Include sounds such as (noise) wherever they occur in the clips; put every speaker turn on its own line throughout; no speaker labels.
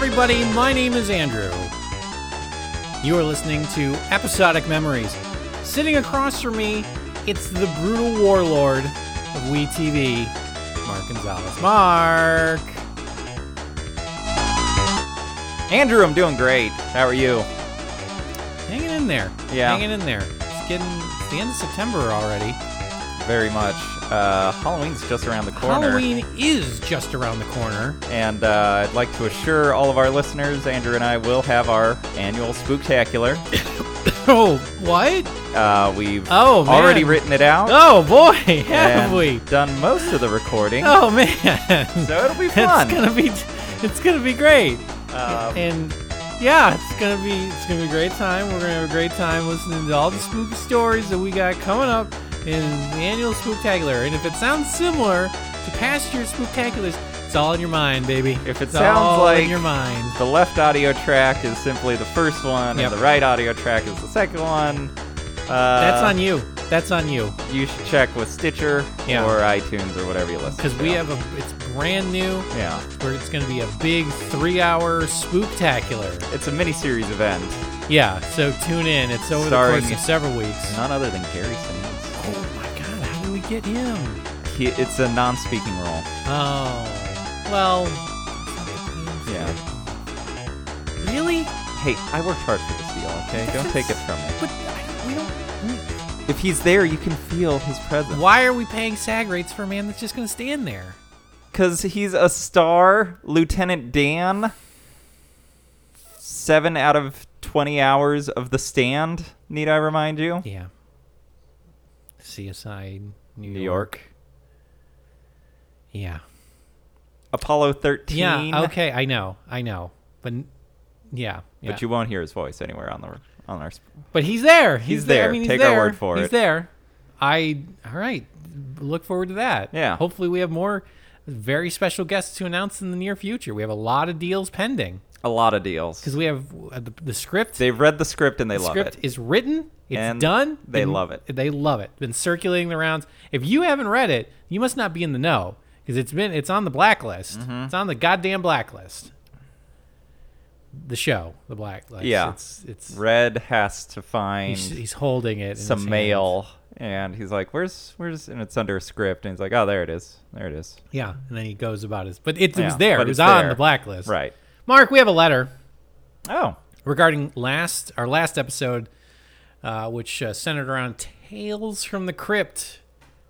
My name is Andrew. You are listening to Episodic Memories. Sitting across from me, it's the brutal warlord of WeTV, Mark Gonzalez. Mark!
Andrew, I'm doing great. How are you?
Hanging in there.
Yeah.
Hanging in there. It's getting it's the end of September already.
Very much. Uh, Halloween's just around the corner.
Halloween is just around the corner.
And uh, I'd like to assure all of our listeners, Andrew and I will have our annual Spooktacular.
Oh, what?
Uh, we've
Oh, man.
already written it out.
Oh, boy. (laughs) Have
and
we?
done most of the recording,
Oh, man. (laughs)
so it'll be fun.
It's gonna be, it's gonna be great,
Uh,
and yeah, it's gonna be, it's gonna be a great time. We're gonna have a great time listening to all the spooky stories that we got coming up in the annual Spooktacular. And if it sounds similar to past year Spooktaculars, it's all in your mind, baby.
If it
it's
sounds
all in
like-
your mind,
the left audio track is simply the first one,
Yep.
and the right audio track is the second one. Uh,
that's on you. That's on you.
You should check with Stitcher
Yeah.
or iTunes or whatever you listen.
Because
to.
we have a, it's brand new.
yeah,
Where it's gonna be a big three-hour spooktacular.
it's a mini-series event.
Yeah, so tune in. It's over the
Starring-
course of several weeks.
None other than Gary Sinise.
Oh my god, how did we get him?
He, it's a non-speaking role.
Oh, well.
Yeah.
Really?
Hey, I worked hard for this deal. Okay,
This
don't
is-
take it from me.
(laughs) But I, we don't.
If he's there, you can feel his presence.
Why are we paying SAG rates for a man that's just going to stand there?
Because he's a star, Lieutenant Dan. Seven out of twenty hours of The Stand. Need I remind you?
Yeah. CSI New,
New York.
Yeah.
Apollo thirteen.
Yeah. (laughs) Okay. I know. I know. But n- yeah. yeah.
But you won't hear his voice anywhere on the on our. sp-
But he's there. He's,
He's
there. I
there.
mean, he's
Take our
there.
word for
he's
it.
there. I all right. Look forward to that.
Yeah.
Hopefully, we have more very special guests to announce in the near future. We have a lot of deals pending
A lot of deals.
because we have uh, the, the script.
They've read the script and they
the
love
script
it.
is written. It's
And
done.
they
and
love it.
They love it. Been circulating the rounds. If you haven't read it, you must not be in the know because it's been it's on the blacklist.
Mm-hmm.
It's on the goddamn blacklist. The show, the blacklist.
Yeah.
It's it's
Red has to find.
he's, he's holding it. in his
some
hand.
mail and he's like where's where's and it's under a script and he's like oh there it is there it is
Yeah, and then he goes about his. But it, it
Yeah,
was there.
but
It was
it's
on
there.
the blacklist.
right
Mark, we have a letter
oh
regarding last our last episode, uh, which uh, centered around Tales from the Crypt,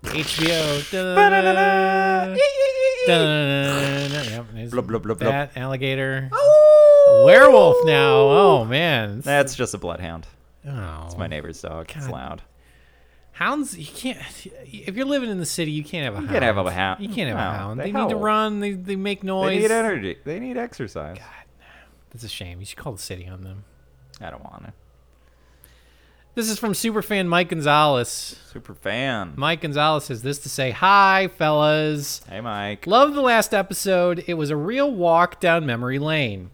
HBO. Da-da-da-da. Da-da-da-da-da. Yep, there's
Blub, blub, blub, blub.
That alligator. Werewolf now. Oh man. It's-
that's just a bloodhound
oh.
it's my neighbor's dog it's loud
Hounds, you can't. If you're living in the city, you can't have a hound.
can't have a hound.
You can't have
No,
a hound. They,
they
need to
howl.
run. They, they make noise.
they need energy they need exercise
That's a shame. You should call the city on them.
i don't want it
This is from superfan Mike Gonzalez.
super fan
Mike Gonzalez has this to say Hi, fellas.
hey mike
Love the last episode. It was a real walk down memory lane.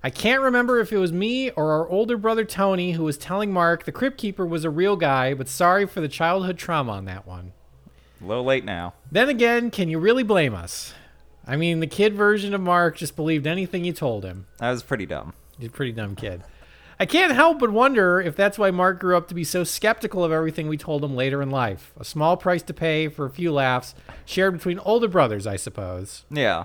I can't remember if it was me or our older brother Tony who was telling Mark the Crypt Keeper was a real guy, but sorry for the childhood trauma on that one.
a little late now
Then again, can you really blame us? I mean, the kid version of Mark just believed anything you told him.
that was pretty dumb
He's a pretty dumb kid. I can't help but wonder if that's why Mark grew up to be so skeptical of everything we told him later in life. A small price to pay for a few laughs, shared between older brothers, I suppose.
yeah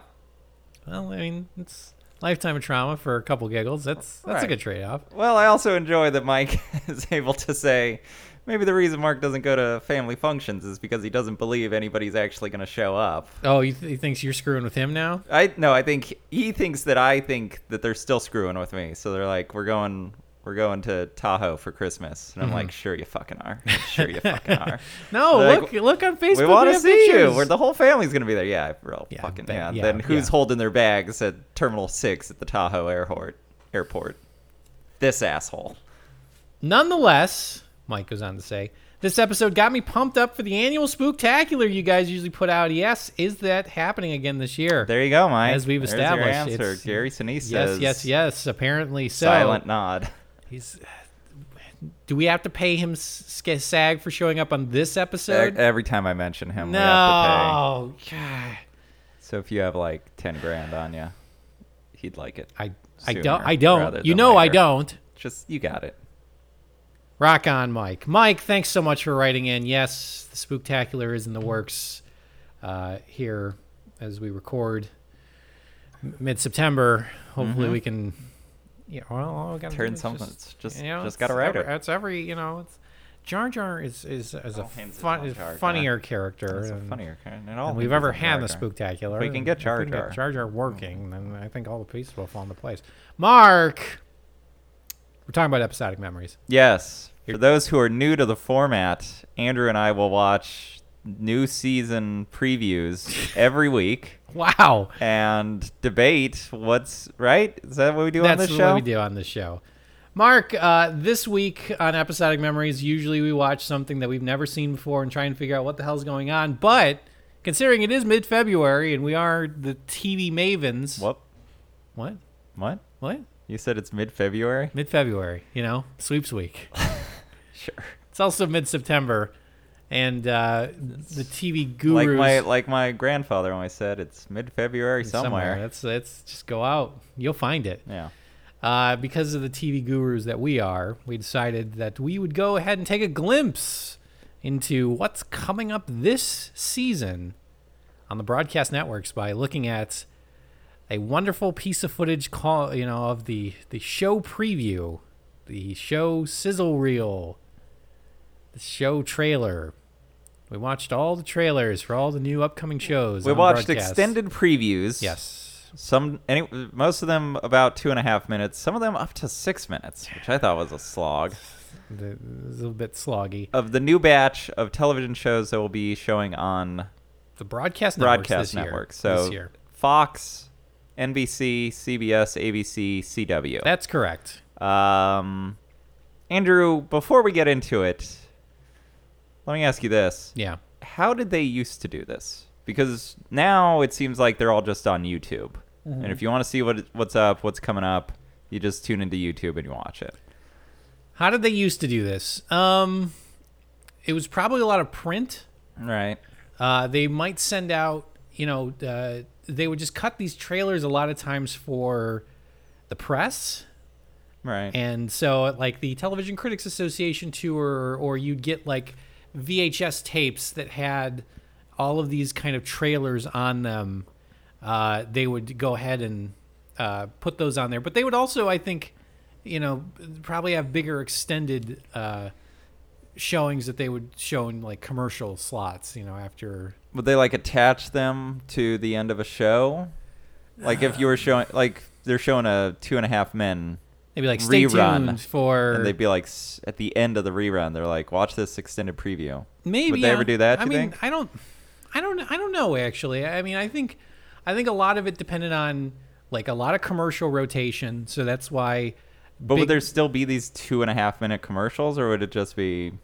Well, I mean, it's lifetime of trauma for a couple giggles. That's that's a
Right.
good trade-off.
well i also enjoy that mike (laughs) is able to say maybe the reason mark doesn't go to family functions is because he doesn't believe anybody's actually going to show up
Oh, you th- he thinks you're screwing with him now?
I no, I think he thinks that I think that they're still screwing with me. So they're like, we're going, we're going to Tahoe for Christmas, and I'm like,
Mm-hmm.
sure you fucking are, sure you fucking
(laughs)
are.
No, look
Like,
look on Facebook.
we want
have
to see
pictures.
you. Where the whole family's gonna be there. Yeah, real
Yeah,
fucking
but-
yeah.
yeah,
Then who's
yeah.
holding their bags at Terminal Six at the Tahoe Airport? Airport. This asshole.
Nonetheless, Mike goes on to say, this episode got me pumped up for the annual spooktacular you guys usually put out. Yes, is that happening again this year?
There you go, Mike.
As we've
There's
established,
your
it's-
answer. Gary Sinise
yes,
says
yes, yes. Apparently so.
Silent nod.
He's. Do we have to pay him s- s- SAG for showing up on this episode?
Every time I mention him, we have to pay.
no. God.
So if you have like ten grand on you, you'd like it.
I I
Sooner
don't I
rather
don't. You
than
know I
later.
don't.
Just you got it.
Rock on, Mike. Mike, thanks so much for writing in. Yes, the spooktacular is in the works uh, here as we record m- mid-September. Hopefully, we can. Yeah, well, all we gotta
Mm-hmm. Turn
do is
something-
Just,
just-
you know,
just gotta
it's
write
every-
it.
It's every you know. It's, Jar Jar is is, is a
All hands is
fun,
on
is
Jar Jar.
funnier character.
It's a
than-
funnier kind. And all
than we've
people
ever
from
had in the
Jar Jar.
spooktacular.
we can
and
get
if
Jar
we can
Jar.
Get Jar Jar working, then I think all the pieces will fall into place. Mark, we're talking about episodic memories. (laughs)
Yes. For those who are new to the format, Andrew and I will watch new season
(laughs)
previews every week
Wow.
and debate what's right. Is that what we do
That's
on this
what
show?
we do on this show. Mark, uh, this week on Episodic Memories, usually we watch something that we've never seen before and try and figure out what the hell's going on. But considering it is mid February and we are the TV mavens.
What?
What?
What?
What?
You said it's mid-February?
Mid February, you know? Sweeps
(laughs)
week.
Sure.
It's also mid September. And uh, the TV
Like
gurus.
my like my grandfather always said, it's mid-February somewhere.
That's, that's just go out. You'll find it.
Yeah.
uh, because of the TV gurus that we are, we decided that we would go ahead and take a glimpse into what's coming up this season on the broadcast networks by looking at a wonderful piece of footage call you know of the the show preview, the show sizzle reel, the show trailer. We watched all the trailers for all the new upcoming shows.
We
on
watched
broadcast.
extended previews.
Yes.
Some any most of them about two and a half minutes. Some of them up to six minutes, which I thought was a slog.
The, it was a little bit sloggy.
of the new batch of television shows that will be showing on
the broadcast networks
broadcast
this year-
networks.
this
So
year.
Fox, NBC, CBS, ABC, CW.
That's correct.
um, Andrew, before we get into it, let me ask you this:
Yeah.
How did they used to do this? Because now it seems like they're all just on YouTube, and if you want to see what what's up, what's coming up, you just tune into YouTube and you watch it.
How did they used to do this? Um, it was probably a lot of print.
Right.
Uh, they might send out, you know, uh, they would just cut these trailers a lot of times for the press.
Right.
And so, at, like the Television Critics Association tour, or you'd get like VHS tapes that had all of these kind of trailers on them. Uh, they would go ahead and uh, put those on there, but they would also, I think, you know, probably have bigger extended uh, showings that they would show in like commercial slots. You know, after
would they like attach them to the end of a show? Like if you were showing, like they're showing a Two and a Half Men,
maybe like stay
Rerun.
tuned for
and they'd be like s- at the end of the rerun, they're like, "Watch this extended preview."
Maybe
would they ever
uh,
do that?
I
do you
mean,
think?
I don't, I don't, I don't know actually. I mean, I think, I think a lot of it depended on like a lot of commercial rotation, so that's why.
But
big-
would there still be these two and a half minute commercials, or would it just be? Hmm.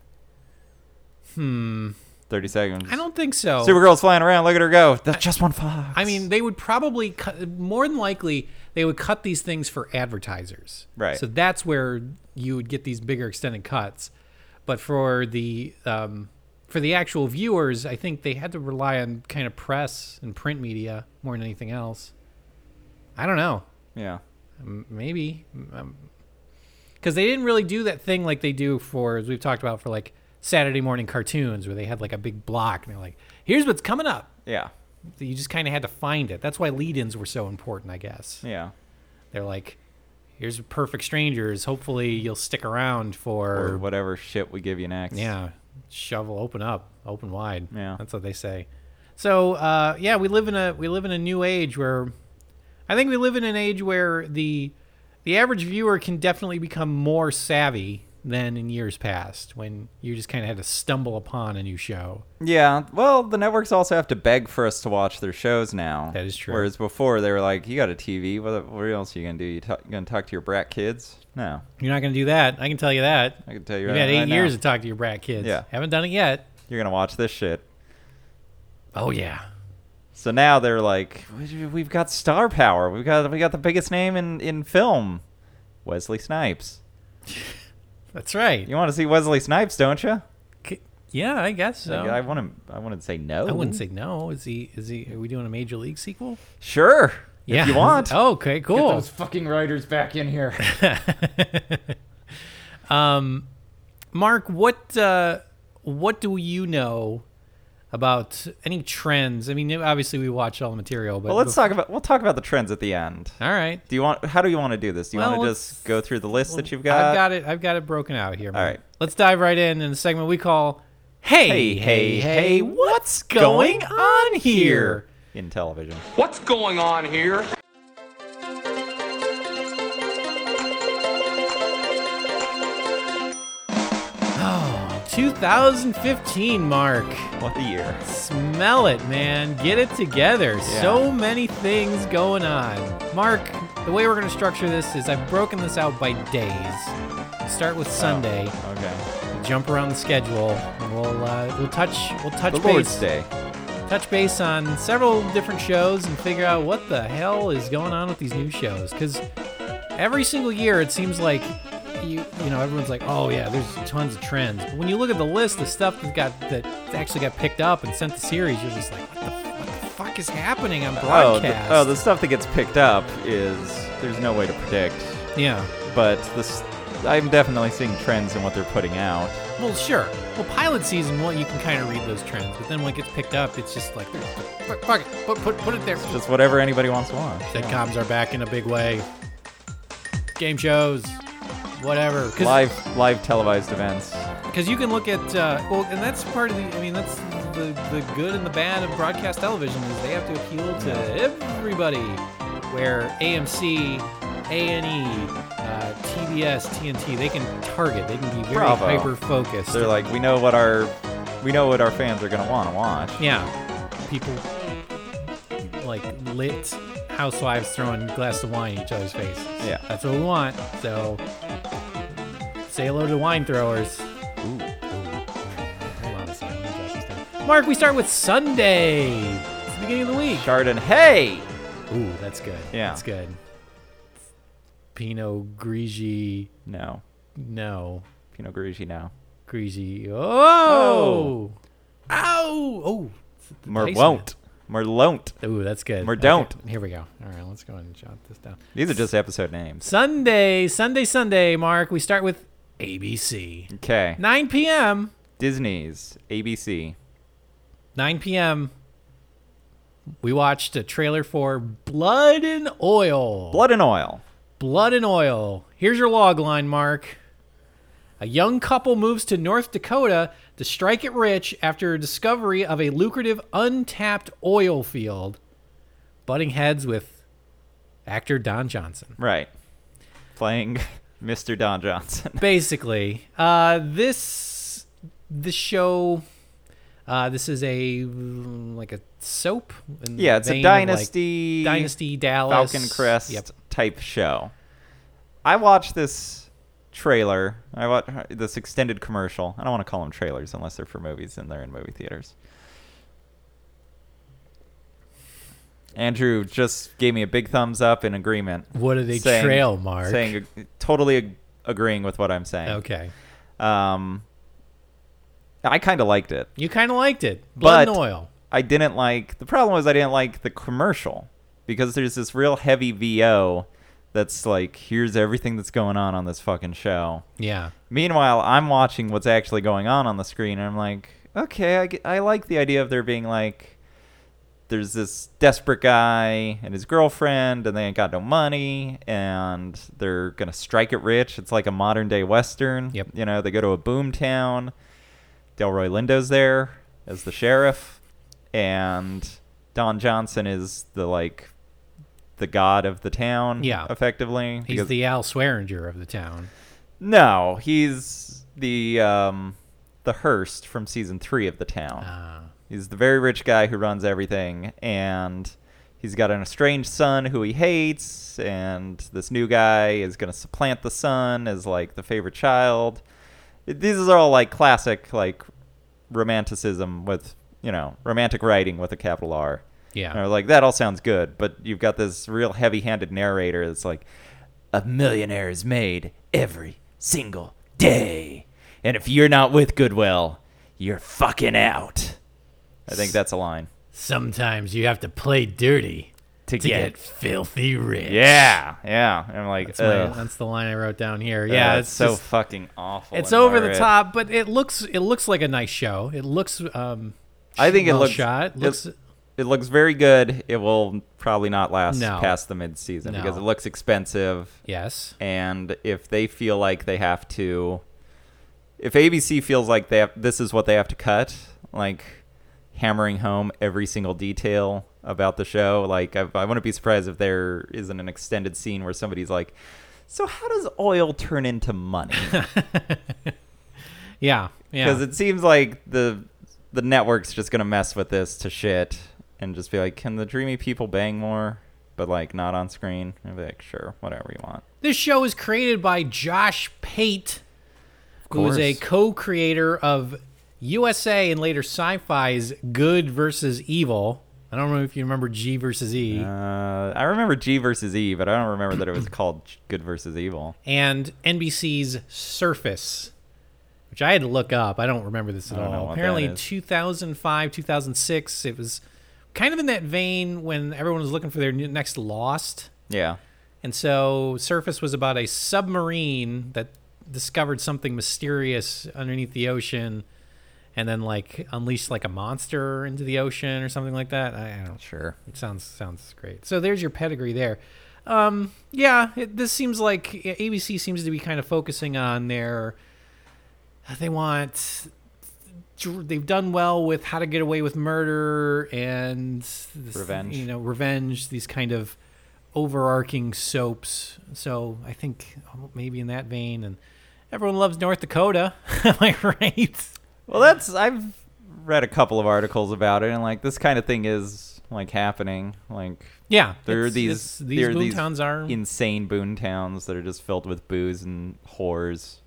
Thirty seconds.
I don't think so.
Supergirl's flying around. Look at her go. That's just one fox.
Oh. I mean, they would probably cut, more than likely they would cut these things for advertisers.
Right.
So that's where you would get these bigger extended cuts. But for the um, for the actual viewers, I think they had to rely on kind of press and print media more than anything else. I don't know.
yeah.
M- maybe because they didn't really do that thing like they do for as we've talked about for like saturday morning cartoons where they had like a big block and they're like here's what's coming up
Yeah.
you just kind of had to find it that's why lead-ins were so important i guess
Yeah.
they're like here's perfect strangers hopefully you'll stick around
Or
for
whatever shit we give you next.
yeah shovel open up open wide
Yeah.
that's what they say so uh, yeah we live in a we live in a new age where I think we live in an age where the the average viewer can definitely become more savvy than in years past when you just kind of had to stumble upon a new show.
Yeah, well, the networks also have to beg for us to watch their shows now.
That is true.
Whereas before, they were like, "You got a TV? What, what else are you gonna do? You, talk, you gonna talk to your brat kids? No,
You're not going to do that. I can tell you that.
I can tell you.
You've
right,
had eight
right now,
years to talk to your brat kids.
Yeah.
Haven't done it yet.
You're gonna watch this shit.
Oh yeah.
So now they're like, "We- "We've got star power. We've got we got the biggest name in in film, Wesley Snipes.
That's right.
You want to see Wesley Snipes, don't you?
C- Yeah, I guess so.
I want to. I wouldn't say no.
I wouldn't say no. Is he? Is he? Are we doing a major league sequel?
sure.
yeah.
you (laughs) want.
Oh, (laughs) okay,
Get
cool.
those fucking writers back in here.
Um, Mark, what uh, what do you know about any trends? I mean, obviously we watch all the material, but
Well, let's talk about we'll talk about the trends at the end.
All right,
Do you want? How do you want to do this? Do you
Well,
want to
let's-
just go through the list that you've got?
I've got it. I've got it broken out here. Mark.
right.
let's dive right in in the segment we call "Hey,
Hey, hey, hey! What's
going
going
on
on
here?
here? In television.
What's going on here?
Oh, 2015, Mark.
What a year!
Smell it, man. Get it together. So many things going on. Mark, the way we're going to structure this is I've broken this out by days. Start with Sunday.
Okay.
jump around the schedule. And we'll uh, we'll touch we'll touch
The
base
Lord's Day.
touch base on several different shows and figure out what the hell is going on with these new shows because every single year it seems like you you know everyone's like oh yeah there's tons of trends but when you look at the list of stuff that got that actually got picked up and sent to series you're just like what the, what the fuck is happening on
Oh, the,
broadcast
oh, the stuff that gets picked up is there's no way to predict,
yeah
but this I'm definitely seeing trends in what they're putting out.
Well, sure. Well, pilot season, well, you can kind of read those trends, but then when it gets picked up, it's just like, fuck fuck it, put, put, put it there.
Just whatever anybody wants to watch.
Sitcoms are back in a big way. Game shows, whatever.
Live live televised events.
Because you can look at, uh, well, and that's part of the, I mean, that's the, the good and the bad of broadcast television is they have to appeal to everybody. Where AMC, A&E, uh, TBS, TNT, they can target. They can be very
Bravo.
hyper-focused.
They're like, we know what our we know what our fans are gonna want to watch.
Yeah. People like lit housewives throwing a glass of wine in each other's faces.
Yeah.
That's what we want. So say hello to wine throwers.
Ooh.
Hold on a second. let me jot these down. Mark, we start with Sunday. It's the beginning of the week.
Chardon, hey!
Ooh, that's good.
Yeah.
That's good. Pinot Grigio.
No,
No.
Pinot Grigio now.
Grigio. Oh! Ow! Oh!
Mer
Iceman.
won't. Mer won't.
Ooh, that's good.
Or don't.
Okay, here we go. All right, let's go ahead and jot this down.
These are just episode names.
Sunday, Sunday, Sunday, Mark. We start with ABC.
Okay.
9 p.m.
Disney's ABC.
9 p.m. We watched a trailer for Blood and Oil.
Blood and Oil.
Blood and Oil. Here's your log line, Mark. A young couple moves to North Dakota to strike it rich after a discovery of a lucrative untapped oil field, butting heads with actor Don Johnson.
Right. (laughs) Playing Mr. Don Johnson. (laughs)
basically uh this the show uh this is a like a soap in the
Yeah, it's
vein
a
of, like,
Dynasty,
dynasty dallas
Falcon Crest
yep
type show. I watched this trailer. I watched this extended commercial. I don't want to call them trailers unless they're for movies and they're in movie theaters. Andrew just gave me a big thumbs up in agreement.
what do they
saying-
trail mark
Saying totally ag- agreeing with what I'm saying.
okay
Um, I kind of liked it.
you kind of liked it blood
But-
and oil
I didn't like the problem was I didn't like the commercial because there's this real heavy VO that's like here's everything that's going on on this fucking show.
yeah
Meanwhile, I'm watching what's actually going on on the screen and I'm like, okay, I, get- I like the idea of there being like there's this desperate guy and his girlfriend and they ain't got no money and they're going to strike it rich. It's like a modern day western.
Yep.
You know, they go to a boom town. Delroy Lindo's there as the sheriff, and Don Johnson is the like the god of the town.
Yeah.
effectively.
he's
because-
the al swearinger of the town
no, he's the um the Hearst from season three of the town.
uh,
He's the very rich guy who runs everything, and he's got an estranged son who he hates, and this new guy is going to supplant the son as like the favorite child. These are all like classic like romanticism with you know romantic writing with a capital R.
Yeah.
And I was like that all sounds good, but you've got this real heavy-handed narrator that's like, a millionaire is made every single day, and if you're not with Goodwill, you're fucking out. I think that's a line.
sometimes you have to play dirty
to,
to
get.
get filthy rich.
Yeah, yeah. And I'm like,
That's, my-
ugh,
that's the line I wrote down here.
ugh,
Yeah,
it's, so
just-
fucking awful.
it's
and
over the
horrid.
top, but it looks it looks like a nice show. It looks um
I think it
well
looks
shot.
it-
Looks
It looks very good. It will probably not last
No.
past the mid season because
No.
it looks expensive.
yes.
and if they feel like they have to if abc feels like they have this is what they have to cut like hammering home every single detail about the show like i, I wouldn't be surprised if there isn't an extended scene where somebody's like so how does oil turn into money
Yeah. Yeah.
because it seems like the the network's just gonna mess with this to shit and just be like can the dreamy people bang more but like not on screen and be like sure whatever you want
This show is created by Josh Pate, who is a
course.
co-creator of USA and later Sci-Fi's Good versus Evil. I don't know if you remember G versus E
Uh, I remember G versus E, but I don't remember that it was called Good versus Evil.
and NBC's Surface, which I had to look up. I don't remember this at
don't know
all.
what
Apparently,
that is.
2005, 2006, it was kind of in that vein when everyone was looking for their new- next Lost.
Yeah,
And so Surface was about a submarine that discovered something mysterious underneath the ocean and then like unleashed like a monster into the ocean or something like that. I, I don't
sure.
It sounds sounds great. So there's your pedigree there. Um yeah, it, this seems like yeah, ABC seems to be kind of focusing on their uh, they want they've done well with how to get away with murder and this,
Revenge.
you know revenge these kind of overarching soaps so i think oh, maybe in that vein and everyone loves north dakota (laughs) am i right
Well, that's I've read a couple of articles about it, and like this kind of thing is like happening. Like
yeah
there are
it's-
these
it's- these
there are
boomtowns are
insane boomtowns that are just filled with booze and whores.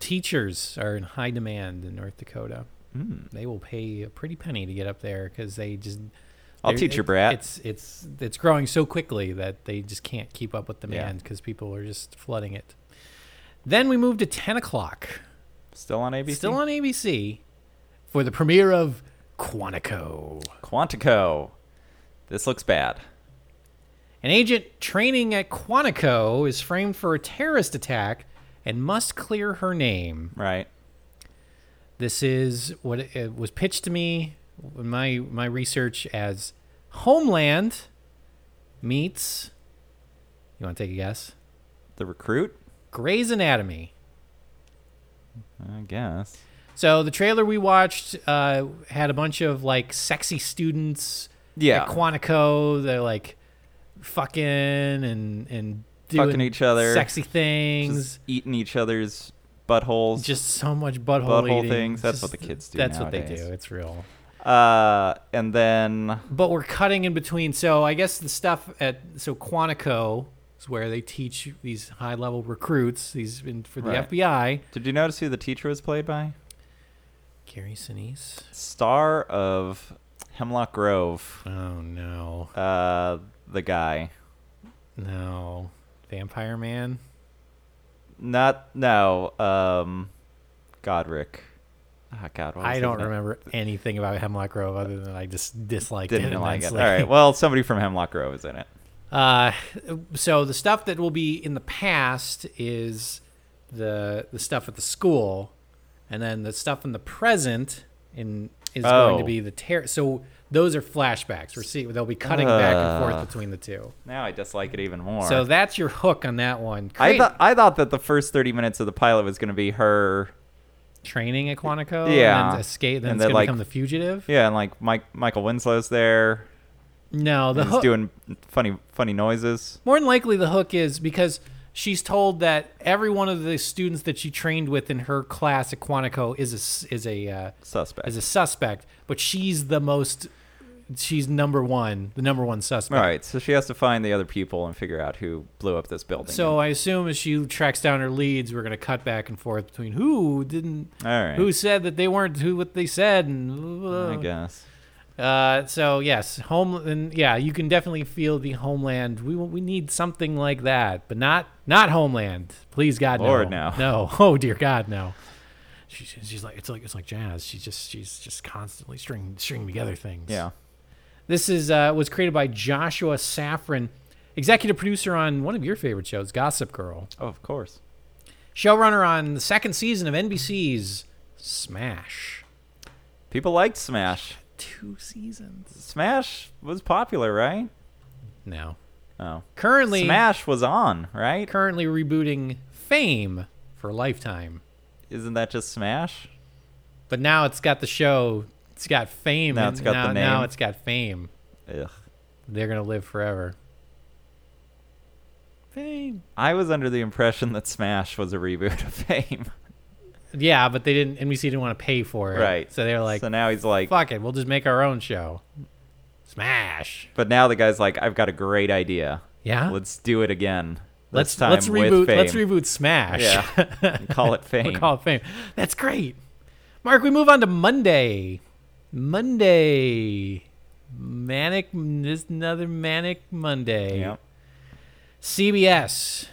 teachers are in high demand in north dakota
Hmm.
they will pay a pretty penny to get up there because they just
I'll
they're-
teach your
it-
brat.
It's it's it's growing so quickly that they just can't keep up with
Yeah.
demand because people are just flooding it. Then we move to ten o'clock,
Still on ABC.
still on ABC, for the premiere of Quantico.
Quantico. This looks bad.
An agent training at Quantico is framed for a terrorist attack and must clear her name.
Right.
This is what it, it was pitched to me in my my research as Homeland meets. You want to take a guess?
The recruit.
Grey's Anatomy.
I guess.
So the trailer we watched uh, had a bunch of like sexy students
Yeah.
at Quantico. They're like fucking and and doing
Fucking each other.
sexy things.
Just eating each other's buttholes.
Just so much butthole,
Butthole
eating.
things, that's
Just-
what the kids do
That's what they
nowadays.
do. It's real.
Uh, and then
But we're cutting in between. So I guess the stuff at so Quantico is where they teach these high level recruits these in, for the
Right.
FBI.
Did you notice who the teacher was played by?
Gary Sinise.
Star of Hemlock Grove,
Oh no,
uh, the guy.
no, Vampire Man.
Not no, um, Godric. Ah, God, what was
I
his
don't
name?
remember anything about Hemlock Grove other than I just disliked it.
Didn't like it. All
immensely.
right, well, somebody from Hemlock Grove is in it.
Uh, so the stuff that will be in the past is the the stuff at the school, and then the stuff in the present in is going to
Oh.
be the terror. So those are flashbacks. We're seeing they'll be cutting back and
Ugh.
forth between the two.
Now I dislike it even more.
So that's your hook on that one.
I
Great
thought I thought that the first thirty minutes of the pilot was going to be her.
training at Quantico.
Yeah.
and then escape. Then
And
it's
then,
going
like-
to become the fugitive.
Yeah, and like Mike Michael Winslow's there.
No, the
He's
hook.
doing funny funny noises.
More than likely, the hook is because she's told that every one of the students that she trained with in her class at Quantico is a s- is a uh,
Suspect.
as a suspect, but she's the most. She's number one, the number one suspect.
All right, so she has to find the other people and figure out who blew up this building.
So I assume as she tracks down her leads, we're gonna cut back and forth between who didn't,
All right.
who said that they weren't, who what they said, and
I guess.
Uh, so yes, home and yeah, you can definitely feel the homeland. We we need something like that, but not not homeland. Please God,
Lord,
no,
no.
no. (laughs) Oh dear God, no. She, she's like it's like it's like jazz. She's just she's just constantly stringing stringing together things.
Yeah.
This is uh, was created by Joshua Safran, executive producer on one of your favorite shows, Gossip Girl,
Oh, of course.
showrunner on the second season of NBC's Smash.
People liked Smash.
Two seasons.
Smash was popular, right?
No.
Oh.
Currently,
Smash was on, right?
currently rebooting Fame for Lifetime,
Isn't that just Smash?
but now it's got the show. It's got Fame.
Now
and
it's got
now,
the
Now
name.
it's got Fame.
Ugh.
They're gonna live forever. Fame.
I was under the impression that Smash was a reboot of Fame.
Yeah, but they didn't. NBC didn't want to pay for it.
Right.
So they were (laughs) like,
so now he's like,
"Fuck it, we'll just make our own show." Smash.
but now the guy's like, I've got a great idea.
Yeah.
Let's do it again.
let's
this time
let's reboot.
With fame.
Let's reboot Smash.
Yeah. And call it
(laughs)
Fame.
We'll call it Fame. That's great. Mark, we move on to Monday. Monday. Manic. This is another manic Monday.
Yep.
CBS.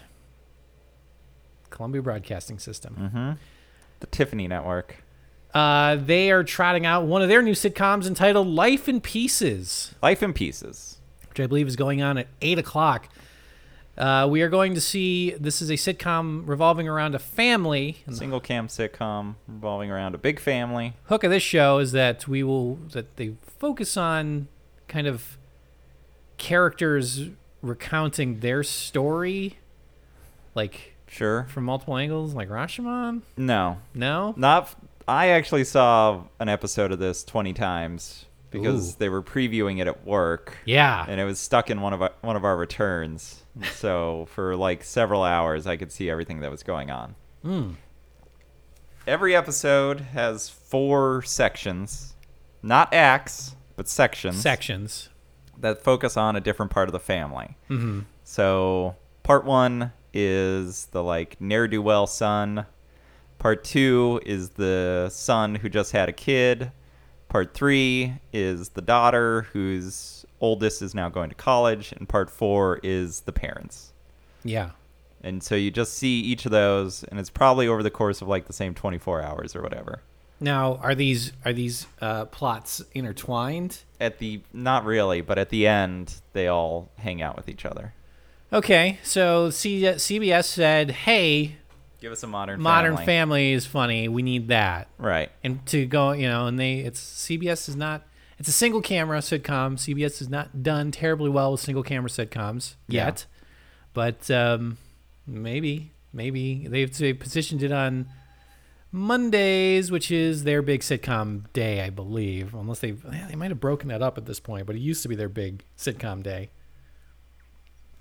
Columbia Broadcasting System.
Mm-hmm. The Tiffany Network.
Uh, they are trotting out one of their new sitcoms entitled Life in Pieces,
Life in Pieces.
which I believe is going on at 8 o'clock. Uh, we are going to see this is a sitcom revolving around a family. And the
Single cam sitcom revolving around a big family.
hook of this show is that we will, that they focus on kind of characters recounting their story, like
Sure.
from multiple angles, like Rashomon.
No.
No?
Not. f- I actually saw an episode of this 20 times because
Ooh.
they were previewing it at work.
Yeah.
and it was stuck in one of our, one of our returns. so for like several hours, I could see everything that was going on.
Hmm.
Every episode has four sections, not acts, but sections
Sections.
that focus on a different part of the family. Mm-hmm. So part one is the like ne'er do well son. Part two is the son who just had a kid. Part three is the daughter whose oldest is now going to college, and part four is the parents.
Yeah.
And so you just see each of those, and it's probably over the course of like the same 24 hours or whatever.
Now, are these are these uh, plots intertwined?
At the not really, but at the end, they all hang out with each other.
Okay, so C- uh, CBS said, "Hey,
Give us a modern
Modern family. is funny. We need that."
Right.
And to go, you know, and they it's CBS is not it's a single camera sitcom. CBS has not done terribly well with single camera sitcoms
Yeah.
yet, but um, maybe maybe they've they positioned it on Mondays, which is their big sitcom day, I believe. Unless they they might have broken that up at this point, but it used to be their big sitcom day.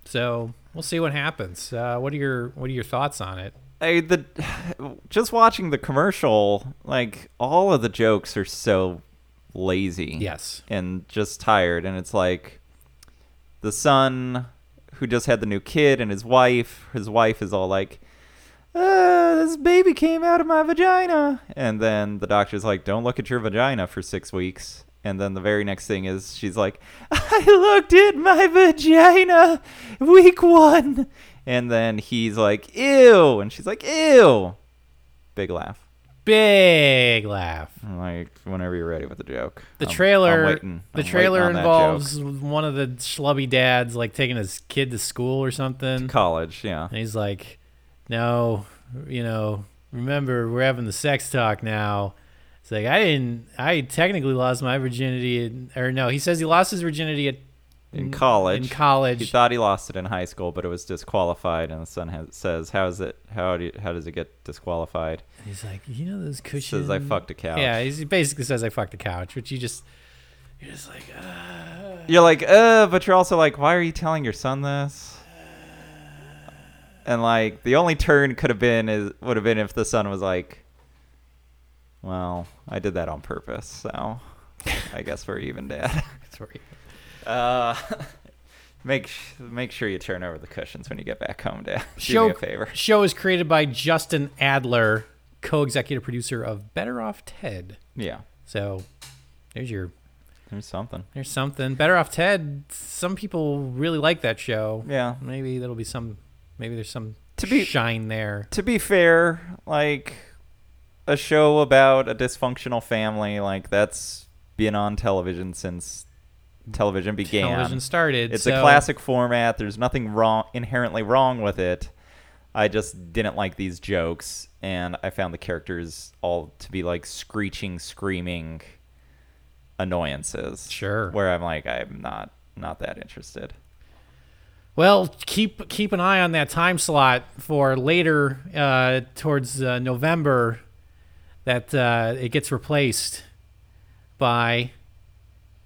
So we'll see what happens. Uh, what are your what are your thoughts on it?
I, the just watching the commercial, like all of the jokes are so lazy.
Yes.
And just tired and it's like the son who just had the new kid and his wife, his wife is all like uh, this baby came out of my vagina. And then the doctor's like, don't look at your vagina for six weeks. And then the very next thing is she's like, (laughs) I looked at my vagina week one. And then he's like, ew. And she's like, ew. Big laugh.
Big laugh.
I'm like, whenever you're ready with the joke.
The
I'm- I'm
trailer,
waiting. I'm
the
waiting
trailer
on that
involves one of the schlubby dads like taking his kid to school or something,
joke. Mm-hmm. college. Yeah.
and he's like, "No, you know, remember we're having the sex talk now." It's like I didn't, I technically lost my virginity, in, or no, he says he lost his virginity at
In college.
in
He
college.
thought he lost it in high school, but it was disqualified. And the son has, says, "How is it? How do you, how does it get disqualified?"
he's like, you know, those
He
cushions.
says, "I fucked a couch."
Yeah, he's- he basically says I fucked a couch, which you just, you're just like,
You're like, uh, but you're also like, why are you telling your son this? And like, the only turn could have been is would have been if the son was like, "Well, I did that on purpose, so I guess we're
(laughs)
even, Dad." (laughs)
sorry.
Uh, make sh- make sure you turn over the cushions when you get back home, Dad. Do
show,
me a favor.
show is created by Justin Adler, co-executive producer of Better Off Ted.
Yeah,
So there's your
there's something.
there's something. Better Off Ted. Some people really like that show.
Yeah,
Maybe that'll be some. Maybe there's some
To be-
shine there.
to be fair, like a show about a dysfunctional family, like that's been on television since television began.
Television started,
It's
so-
a classic format. There's nothing wrong inherently wrong with it. I just didn't like these jokes, and I found the characters all to be like screeching, screaming annoyances.
Sure.
Where I'm like, I'm not not that interested.
Well, keep keep an eye on that time slot for later uh, towards uh, November that uh, it gets replaced by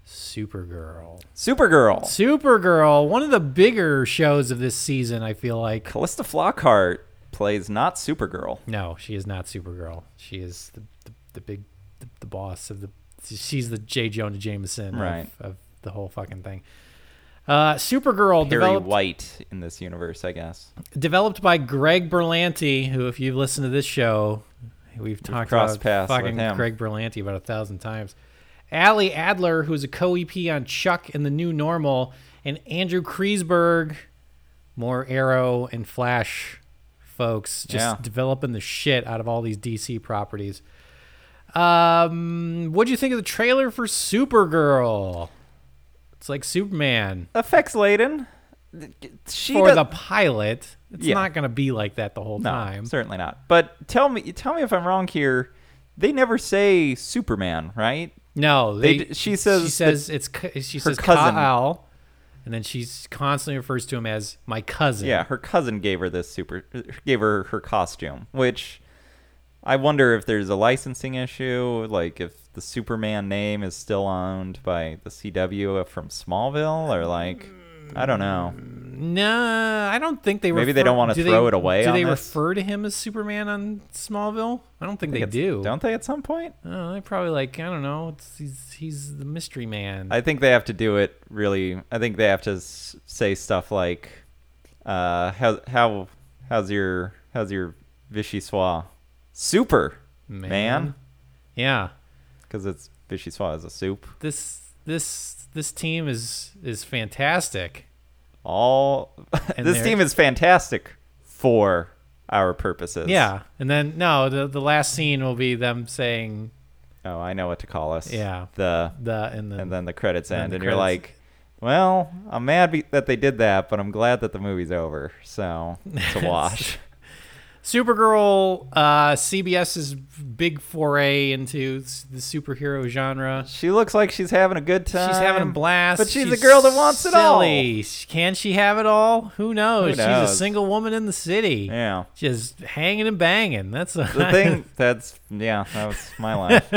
Supergirl.
Supergirl.
Supergirl, one of the bigger shows of this season, I feel like.
Callista Flockhart plays not Supergirl.
No, she is not Supergirl. She is the the, the big the, the boss of the she's the J. Jonah Jameson of-
Right.
of, the whole fucking thing. Uh, Supergirl
Harry
developed
White in this universe, I guess.
developed by Greg Berlanti, who, if you've listened to this show, we've talked
crossed
about
paths with
fucking
him.
Greg Berlanti about a thousand times. Ali Adler, who's a co-EP on Chuck and the New Normal, and Andrew Kreisberg, more Arrow and Flash folks, just
Yeah.
developing the shit out of all these DC properties. Um, what'd you think of the trailer for Supergirl? It's like Superman
Effects laden. She
for
does-
the pilot. It's
Yeah.
not going to be like that the whole
no,
time.
certainly not. But tell me, tell me if I'm wrong here. They never say Superman, right?
No,
They
they,
d- she says
she
that
says it's c- she says
cousin-
Ka'al, and then she constantly refers to him as my cousin.
Yeah, her cousin gave her this super, gave her her costume, which I wonder if there's a licensing issue, like if the Superman name is still owned by the CW from Smallville, or like I don't know.
no, I don't think they.
Maybe
refer,
they don't wanna
do
throw it away
Do
on
they
this?
refer to him as Superman on Smallville? I don't think,
I think
they
it's-
do.
don't they? At some point,
Oh, they probably like I don't know. It's, he's he's the mystery man.
I think they have to do it really. I think they have to s- say stuff like, uh, "How how how's your how's your Vichyssoise super man?"
Man. yeah,
Because it's Vichyssoise is a soup.
this this this team is is fantastic.
All (laughs)
And
this
they're-
team is fantastic for our purposes.
Yeah, and then no, the the last scene will be them saying
Oh, I know what to call us.
Yeah.
The
the and the
and then the credits
then
end,
the
and you're
credits.
like, "Well, I'm mad be- that they did that, but I'm glad that the movie's over." So
(laughs)
it's a wash.
Supergirl, uh, CBS's big foray into s- the superhero genre.
She looks like she's having a good time.
She's having a blast.
But she's, a girl that wants it all.
silly. Can she have it all? Who knows? She's a
knows?
single woman in the city.
Yeah.
Just hanging and banging. That's a (laughs)
The thing that's yeah, that was my life.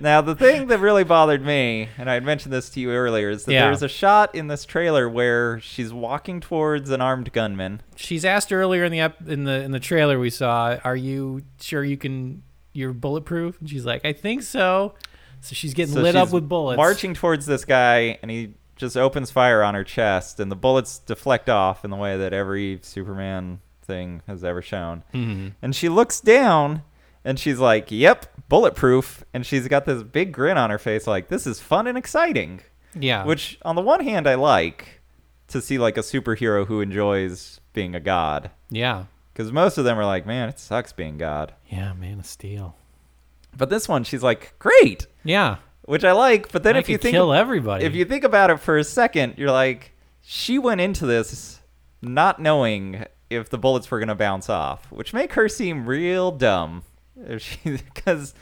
now the thing that really bothered me, and I had mentioned this to you earlier, is that
Yeah.
there's a shot in this trailer where she's walking towards an armed gunman.
She's asked earlier in the ep- in the in the trailer we saw, "Are you sure you can? You're bulletproof?" And she's like, "I think so." So she's getting
So
lit up
she's
with bullets.
Marching towards this guy, and he just opens fire on her chest, and the bullets deflect off in the way that every Superman thing has ever shown.
Hmm. Mm-hmm.
And she looks down, and she's like, "Yep, bulletproof." And she's got this big grin on her face, like this is fun and exciting.
Yeah.
Which, on the one hand, I like to see like a superhero who enjoys being a god,
Yeah.
because most of them are like, "Man, it sucks being god."
Yeah. Man of Steel.
But this one, she's like, "Great."
Yeah.
Which I like, but then
I
if you
could
think
kill everybody.
if you think about it for a second, you're like, she went into this not knowing if the bullets were going to bounce off, which make her seem real dumb. (laughs) Because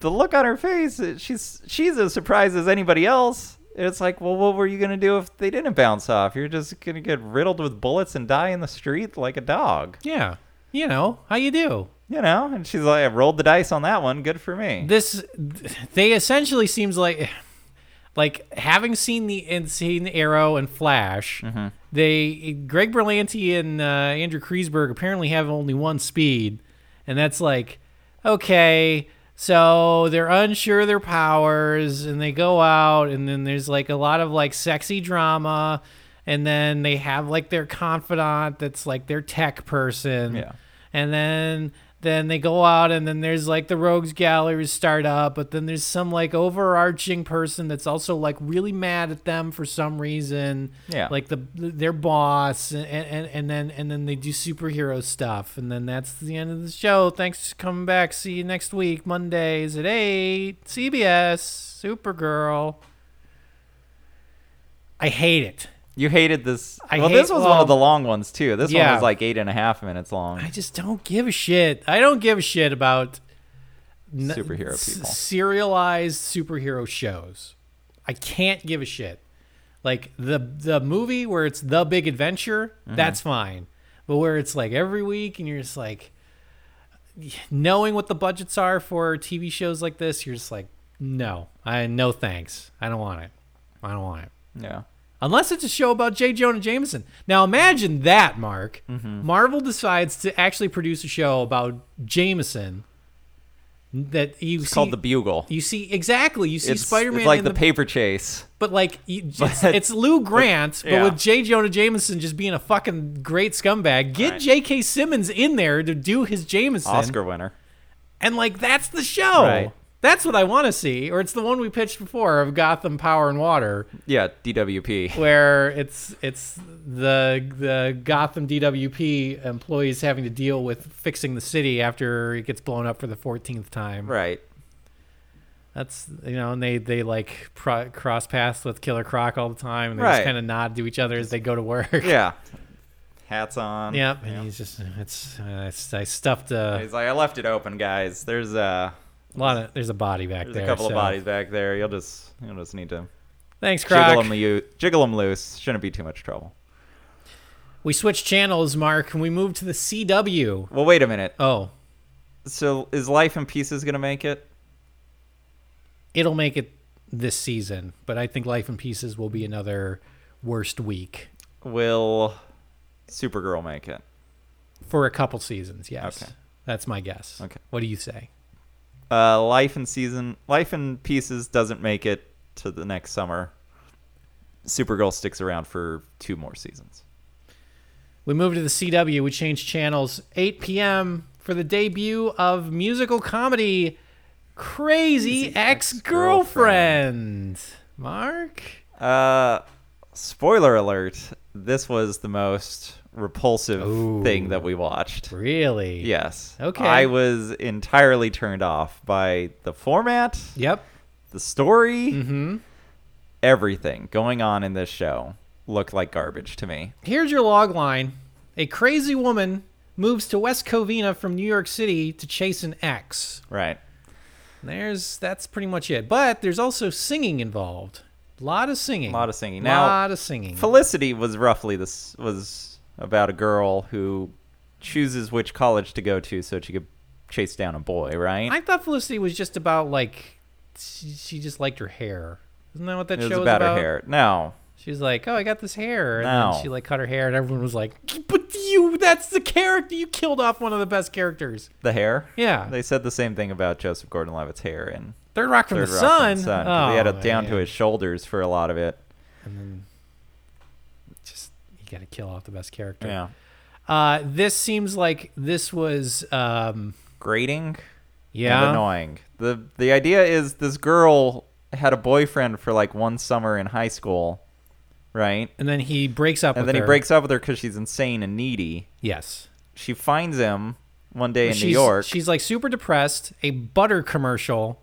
the look on her face, it- she's she's as surprised as anybody else. And It's like, well, what were you going to do if they didn't bounce off? You're just going to get riddled with bullets and die in the street like a dog,
Yeah. You know, how you do.
you know? And she's like, I rolled the dice on that one. Good for me.
This they essentially seems like like having seen the and seen Arrow and Flash,
Mm-hmm.
they Greg Berlanti and uh, Andrew Kreisberg apparently have only one speed, and that's like okay, so they're unsure of their powers and they go out and then there's like a lot of like sexy drama and then they have like their confidant that's like their tech person.
Yeah.
And then then they go out and then there's like the rogues gallery start up, but then there's some like overarching person that's also like really mad at them for some reason.
Yeah.
Like the their boss and, and and then and then they do superhero stuff and then that's the end of the show. Thanks for coming back. See you next week, Mondays at eight. CBS, Supergirl. I hate it.
You hated this.
I
well,
hate-
this was one
well,
of the long ones too. This one
yeah.
was like eight and a half minutes long.
I just don't give a shit. I don't give a shit about n-
Superhero
s-
people.
serialized superhero shows. I can't give a shit. Like the the movie where it's the big adventure,
Mm-hmm.
that's fine. But where it's like every week and you're just like knowing what the budgets are for TV shows like this, you're just like, no, I no thanks. I don't want it. I don't want it.
yeah.
Unless it's a show about J. Jonah Jameson. Now imagine that, Mark.
Mm-hmm.
Marvel decides to actually produce a show about Jameson that you
It's
see.
called the Bugle.
you see exactly. You see
It's,
Spider-Man
it's like
in
the,
the,
paper chase.
but like
(laughs)
you, it's,
But-
it's Lou Grant,
yeah.
but with J. Jonah Jameson just being a fucking great scumbag. Get J.K. Simmons in there to do his Jameson,
Oscar winner.
and like that's the show.
Right.
That's what I want to see, or it's the one we pitched before of Gotham Power and Water.
Yeah,
(laughs)
DWP.
where it's it's the the Gotham DWP employees having to deal with fixing the city after it gets blown up for the 14th time.
Right.
That's you know, and they they like pro- cross paths with Killer Croc all the time, and they
Right.
just kind of nod to each other as they go to
(laughs)
work. (laughs)
Yeah. Hats on.
Yep, and he's just it's, uh, it's I stuffed a
He's like, I left it open, guys. There's a
lot of there's a body back
there's
there.
a couple
so-
of bodies back there. You'll just you'll just need to
Thanks, Croc.
jiggle 'em jiggle them, loose. Shouldn't be too much trouble.
We switched channels, Mark, and we moved to the CW.
Well, wait a minute.
Oh,
So is Life in Pieces gonna make it?
it'll make it this season, but I think Life in Pieces will be another worst week
Will Supergirl make it?
for a couple seasons. Yes,
Okay.
that's my guess.
Okay.
what do you say?
Uh, Life in season, Life in Pieces doesn't make it to the next summer. Supergirl sticks around for two more seasons.
We moved to the CW. We changed channels. 8 p.m. for the debut of musical comedy Crazy Ex Girlfriend. Mark,
Uh, spoiler alert: This was the most repulsive thing that we watched.
really?
Yes.
Okay.
I was entirely turned off by the format,
Yep.
the story, everything going on in this show looked like garbage to me.
Here's your log line. A crazy woman moves to West Covina from New York City to chase an ex.
Right.
There's that's pretty much it. But there's also singing involved. A lot of singing.
Lot of singing. Now-
lot of singing.
Felicity was roughly this was about a girl who chooses which college to go to so she could chase down a boy, right?
I thought Felicity was just about like she, she just liked her hair. Isn't that what that
it was
show
about,
was
her hair. No,
She was like, "Oh, I got this hair," and
No.
then she like cut her hair, and everyone was like, "But you—that's the character you killed off one of the best characters."
the hair.
Yeah.
they said the same thing about Joseph Gordon-Levitt's hair and
Third Rock from
Third
the
Rock
Sun.
from the Sun. 'cause he had
Oh,
it down to
man.
his shoulders for a lot of it.
Just you got to kill off the best character.
Yeah,
Uh, this seems like this was um,
grating and
yeah
annoying. the The idea is this girl had a boyfriend for like one summer in high school, right?
And then he breaks up.
And
with
then he
her.
breaks up with her because she's insane and needy.
Yes.
She finds him one day in
she's,
New York.
She's like super depressed. A butter commercial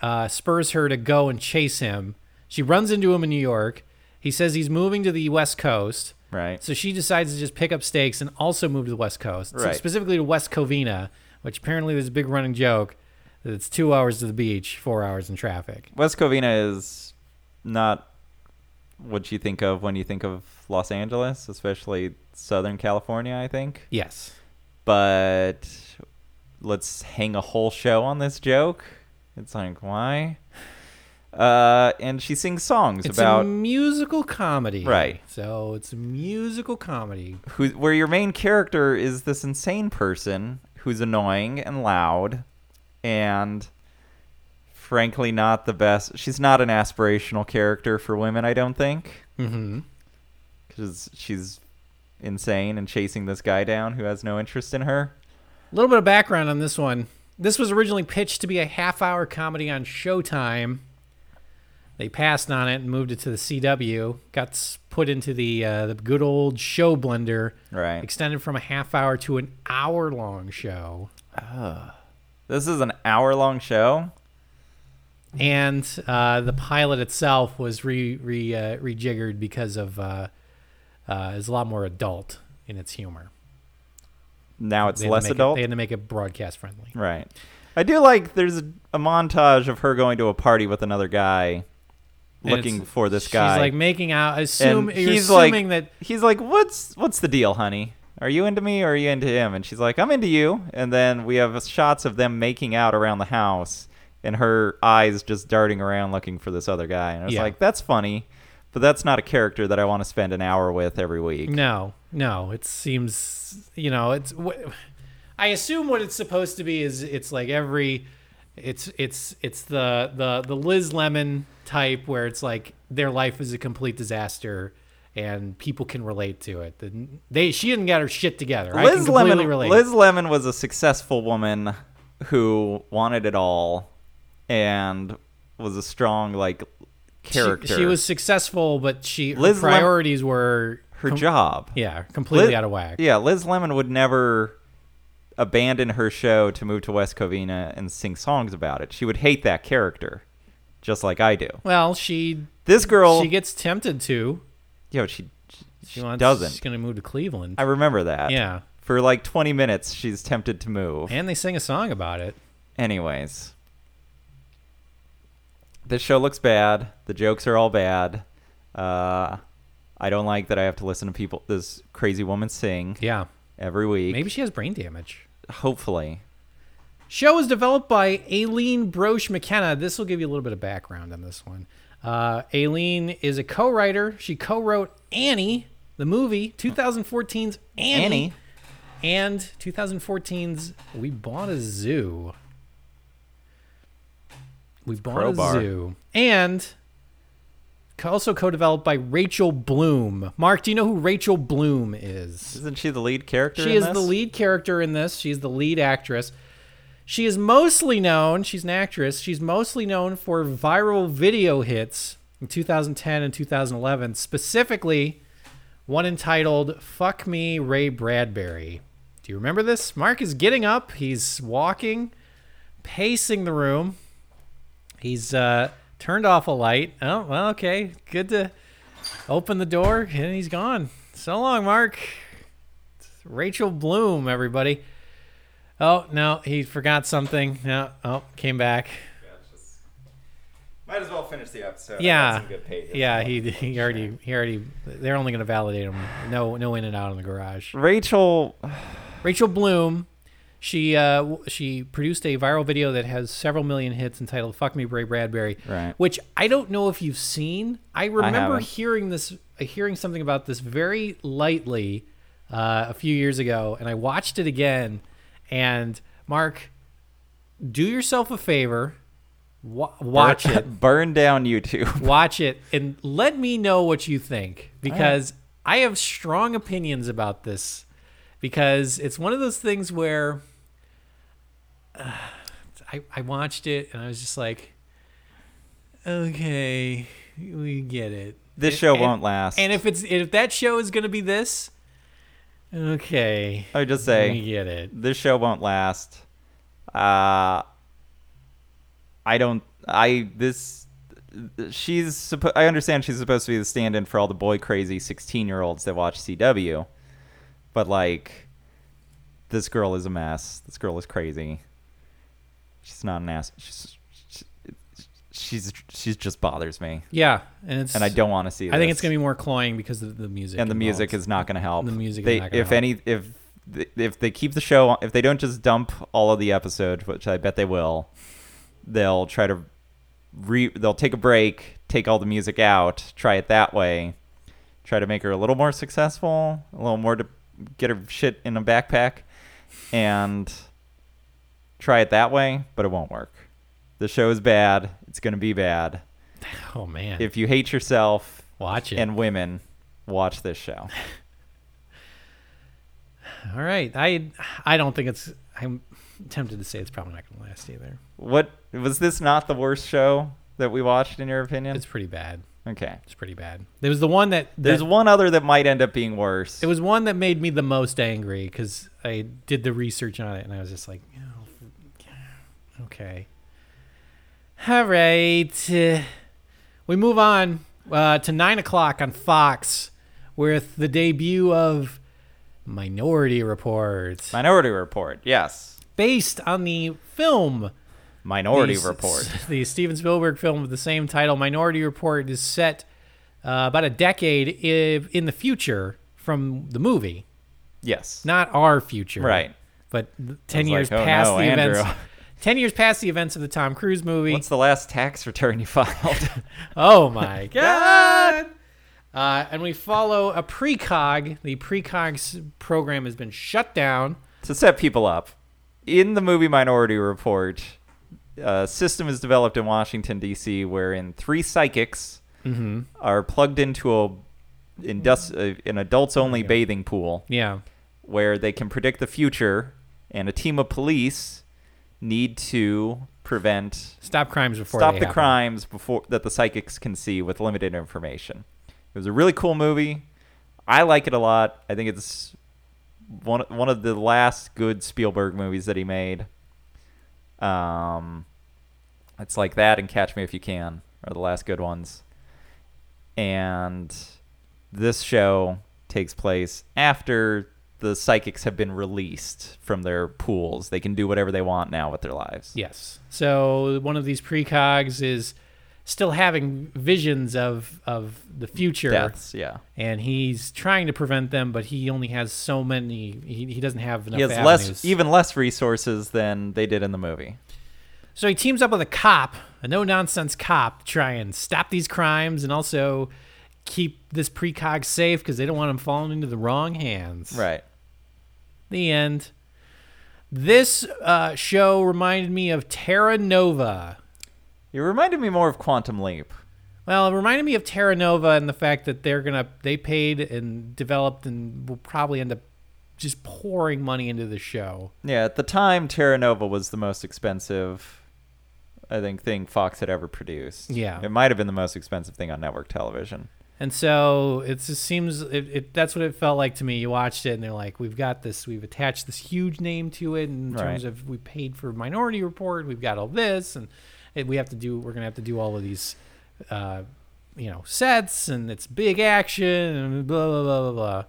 uh, spurs her to go and chase him. She runs into him in New York. He says he's moving to the West Coast.
Right.
So she decides to just pick up stakes and also move to the West Coast, so
Right.
specifically to West Covina, which apparently there's a big running joke that it's two hours to the beach, four hours in traffic.
West Covina is not what you think of when you think of Los Angeles, especially Southern California, I think.
Yes.
But let's hang a whole show on this joke. It's like, why? Uh, and she sings songs
It's
about
a musical comedy.
Right.
So it's a musical comedy.
who, where your main character is this insane person who's annoying and loud and frankly not the best. She's not an aspirational character for women, I don't think. Mm-hmm. Because she's insane and chasing this guy down who has no interest in her.
A little bit of background on this one. This was originally pitched to be a half hour comedy on Showtime. They passed on it and moved it to the CW. Got s- put into the uh, the good old show blender.
Right.
Extended from a half hour to an hour long show.
This is an hour long show.
and uh, the pilot itself was re, re uh, rejiggered because of uh, uh, it's a lot more adult in its humor.
Now it's
They had to
less
make it-
adult.
they had to make it broadcast friendly.
Right. I do like there's a, a montage of her going to a party with another guy
And
looking
it's-
for this
She's
guy.
like making out.
and
Assume you're
he's like
assuming that
he's like what's what's the deal, honey? Are you into me or are you into him? And she's like I'm into you. And then we have shots of them making out around the house and her eyes just darting around looking for this other guy. And I was
Yeah.
like that's funny, but that's not a character that I want to spend an hour with every week.
No, no. It seems you know it's. Wh- I assume what it's supposed to be is it's like every, it's it's it's the the the Liz Lemon type where it's like their life is a complete disaster and people can relate to it. The- They she didn't get her shit together. I can
Liz
completely
Lemon.
relate.
Liz Lemon was a successful woman who wanted it all, and was a strong like
She-
character.
She, was successful, but she
Liz
her
Lem-
priorities were
her job.
yeah
Liz-
completely out of whack.
Yeah, Liz Lemon would never abandon her show to move to West Covina and sing songs about it. She would hate that character, just like I do.
Well, she
This girl,
she gets tempted to.
yeah, but she, she,
She wants, She's
doesn't.
gonna move to Cleveland.
I remember that.
yeah.
For like 20 minutes, she's tempted to move.
And they sing a song about it.
Anyways, this show looks bad. The jokes are all bad. Uh, I don't like that I have to listen to people this crazy woman sing
Yeah.
every week.
Maybe she has brain damage.
hopefully,
Show was developed by Aileen Broche McKenna. This will give you a little bit of background on this one. Uh, Aileen is a co-writer. She co-wrote Annie, the movie, 2014's Annie,
Annie.
and 2014's We Bought a Zoo. We Bought
Crowbar.
a Zoo. And co- also co-developed by Rachel Bloom. Mark, do you know who Rachel Bloom is?
Isn't she the lead character?
She
in
is the
this?
lead character in this. She's the lead actress. She is mostly known, she's an actress, she's mostly known for viral video hits in 2010 and 2011, specifically one entitled Fuck Me, Ray Bradbury. Do you remember this? Mark is getting up, he's walking, pacing the room. He's uh, turned off a light. Oh, well, okay. Good to open the door, and he's gone. So long, Mark. Rachel Bloom, everybody. Oh no, he forgot something. No, oh, came back.
Might as well finish the episode.
Yeah, yeah. He he already he already. They're only gonna validate him. No no in and out in the garage.
Rachel.
Rachel Bloom. She uh, w- she produced a viral video that has several million hits entitled "Fuck Me, Ray Bradbury,"
Right.
which I don't know if you've seen. I remember
haven't.
hearing this, uh, hearing something about this very lightly uh, a few years ago, and I watched it again. And Mark, do yourself a favor, wa- watch
(laughs)
it,
Burn down YouTube. (laughs)
watch it, and let me know what you think because I have strong opinions about this because it's one of those things where uh, I, I watched it and I was just like, okay, we get it.
This show
And-
won't last.
And if it's if that show is gonna be this, okay,
I would just
we
say
get it.
this show won't last. Uh, I don't. I this. She's. suppo- I understand she's supposed to be the stand-in for all the boy crazy sixteen-year-olds that watch CW, but like, this girl is a mess. This girl is crazy. She's not an ass. She's. She's. She's just bothers me,
Yeah, and it's
and I don't want to see. This.
I think it's gonna be more cloying because of the music
and the music
involved.
is not going to help.
The music is
they,
not gonna
if
help.
any, if th- if they keep the show, if they don't just dump all of the episodes, which I bet they will, they'll try to re. They'll take a break, take all the music out, try it that way, try to make her a little more successful, a little more to get her shit in a backpack, and try it that way. But it won't work. The show is bad. It's going to be bad.
oh man,
If you hate yourself
watch it.
and women, watch this show.
All right. I I don't think it's. I'm tempted to say it's probably not going to last either.
What was this? Not the worst show that we watched, in your opinion?
It's pretty bad.
okay.
It's pretty bad. There was the one that
There's
that-
one other that might end up being worse.
It was one that made me the most angry because I did the research on it and I was just like, oh, okay. All right. uh, We move on uh, to 9 o'clock on Fox with the debut of Minority Report.
Minority Report, yes.
Based on the film
Minority
the-
Report.
(laughs) The Steven Spielberg film with the same title, Minority Report, is set uh, about a decade i- in the future from the movie, (laughs)
Yes.
not our future,
Right.
But th- ten
was
years
like, oh
past
no,
the
Andrew.
events. (laughs) Ten years past the events of the Tom Cruise movie.
What's the last tax (laughs) return you filed?
(laughs) oh
(laughs)
my god! Uh, and we follow a precog. The precog s- program has been shut down.
to set people up, in the movie Minority Report, a system is developed in Washington D.C. wherein three psychics
Mm-hmm.
are plugged into a indus- uh, an adults-only bathing pool
Yeah.
where they can predict the future, and a team of police need to prevent
Stop crimes before
stop
they
the
happen.
crimes before that the psychics can see with limited information. It was a really cool movie. I like it a lot. I think it's one one of the last good Spielberg movies that he made. Um, it's like that and Catch Me If You Can are the last good ones. And this show takes place after the psychics have been released from their pools. They can do whatever they want now with their lives.
Yes. So one of these precogs is still having visions of of the future,
Deaths, yeah.
and he's trying to prevent them, but he only has so many. He, he doesn't have enough.
he has
avenues.
less even less resources than they did in the movie
So he teams up with a cop, a no nonsense cop, to try and stop these crimes and also keep this precog safe because they don't want him falling into the wrong hands.
right
The end. This uh, show reminded me of Terra Nova.
it reminded me more of quantum leap
Well, it reminded me of Terra Nova and the fact that they're gonna they paid and developed and will probably end up just pouring money into the show.
yeah at the time terra nova was the most expensive i think thing fox had ever produced
Yeah.
it might have been the most expensive thing on network television
And so it just seems it, it that's what it felt like to me. You watched it and they're like, we've got this, we've attached this huge name to it in terms
Right.
of we paid for Minority Report, we've got all this, and it, we have to do we're gonna have to do all of these, uh, you know, sets and it's big action and blah blah blah blah blah.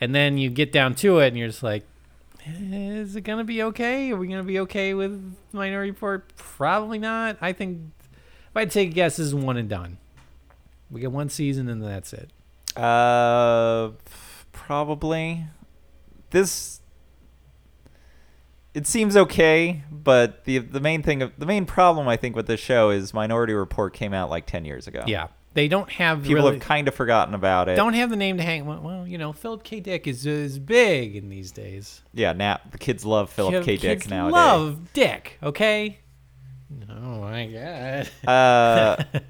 And then you get down to it and you're just like, "Eh, is it gonna be okay? Are we gonna be okay with Minority Report? Probably not. I think if I take a guess, this is one and done. We get one season and that's it.
uh probably this it seems okay but the the main thing of the main problem i think with this show is minority report came out like 10 years ago
Yeah, they don't have
people
really,
have kind of forgotten about it
don't have the name to hang. Well, well, you know, Philip K. Dick is is big in these days.
Yeah, now the kids love
You
Philip
know,
K. Dick
kids
nowadays.
Love Dick, okay? Oh my god. (laughs)
Uh,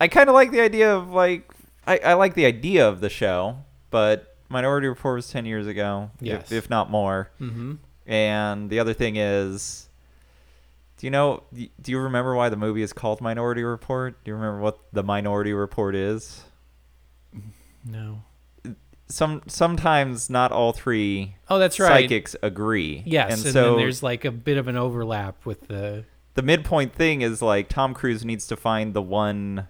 I kind of like the idea of like I, I like the idea of the show, but Minority Report was ten years ago,
Yes.
if, if not more.
hmm
And the other thing is, do you know? Do you remember why the movie is called Minority Report? Do you remember what the Minority Report is?
No.
Some sometimes not all three
Oh, that's right.
psychics agree.
Yes, and,
and so
then there's like a bit of an overlap with the.
the midpoint thing is like Tom Cruise needs to find the one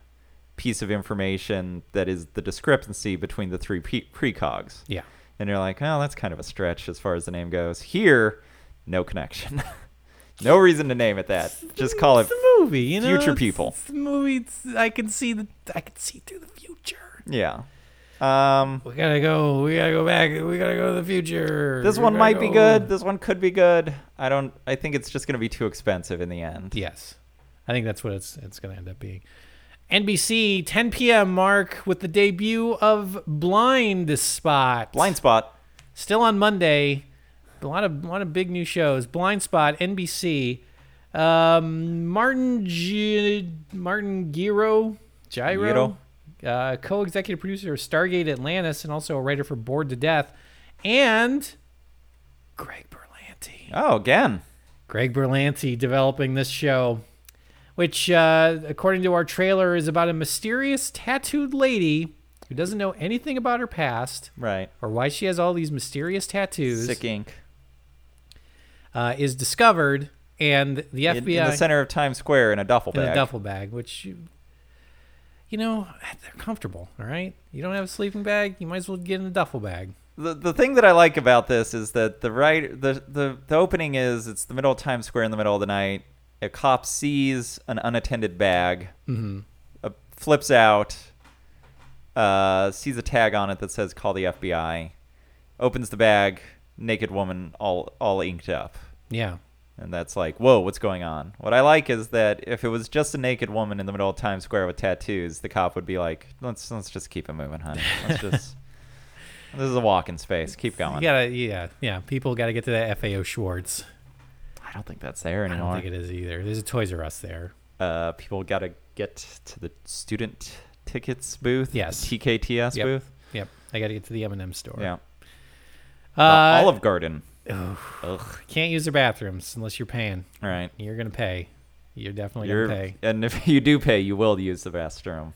piece of information that is the discrepancy between the three pre- precogs.
Yeah.
And you're like, oh, that's kind of a stretch as far as the name goes. Here, no connection. (laughs) no reason to name it that. Just call it.
It's the movie, you know.
Future
it's-
People.
It's the movie. It's, I can see the. I can see through the future.
Yeah. Um,
We gotta go. We gotta go back. We gotta go to the future.
this
We
one
gotta
might be
go.
good. This one could be good. I don't. I think it's just going to be too expensive in the end.
Yes. I think that's what it's it's going to end up being. NBC 10 p.m. mark with the debut of Blind Spot.
Blind Spot.
still on Monday. A lot of lot of big new shows. Blind Spot, NBC. Um, Martin G- Martin Giro Gyro,
Giro.
uh, co-executive producer of Stargate Atlantis and also a writer for Bored to Death, and Greg Berlanti.
Oh, again.
Greg Berlanti developing this show, which, uh, according to our trailer, is about a mysterious tattooed lady who doesn't know anything about her past
Right.
or why she has all these mysterious tattoos.
Sick ink.
Uh, is discovered and the
in, in
FBI
the center of Times Square in a duffel
in
bag.
a duffel bag, which you, you know they're comfortable. All right, you don't have a sleeping bag, you might as well get in a duffel bag.
the the thing that I like about this is that the right the, the the opening is it's the middle of Times Square in the middle of the night. A cop sees an unattended bag, uh, flips out, uh, sees a tag on it that says "Call the FBI," opens the bag, naked woman, all all inked up,
Yeah,
and that's like, whoa, what's going on? What I like is that if it was just a naked woman in the middle of Times Square with tattoos, the cop would be like, let's let's just keep it moving, honey.
(laughs)
Let's just. This is a walking space. Keep going.
you gotta, yeah, yeah. People gotta get to that FAO Schwartz.
I don't think that's there
I
anymore.
don't think it is either. There's a Toys R Us there.
uh, people got to get to the student tickets booth.
Yes.
The TKTS
Yep.
booth.
Yep, I gotta get to the M&M store.
Yeah.
uh,
Uh, Olive Garden. Ugh.
can't use their bathrooms unless you're paying.
All right.
You're gonna pay. You're definitely
You're,
gonna pay.
and if you do pay, you will use the restroom.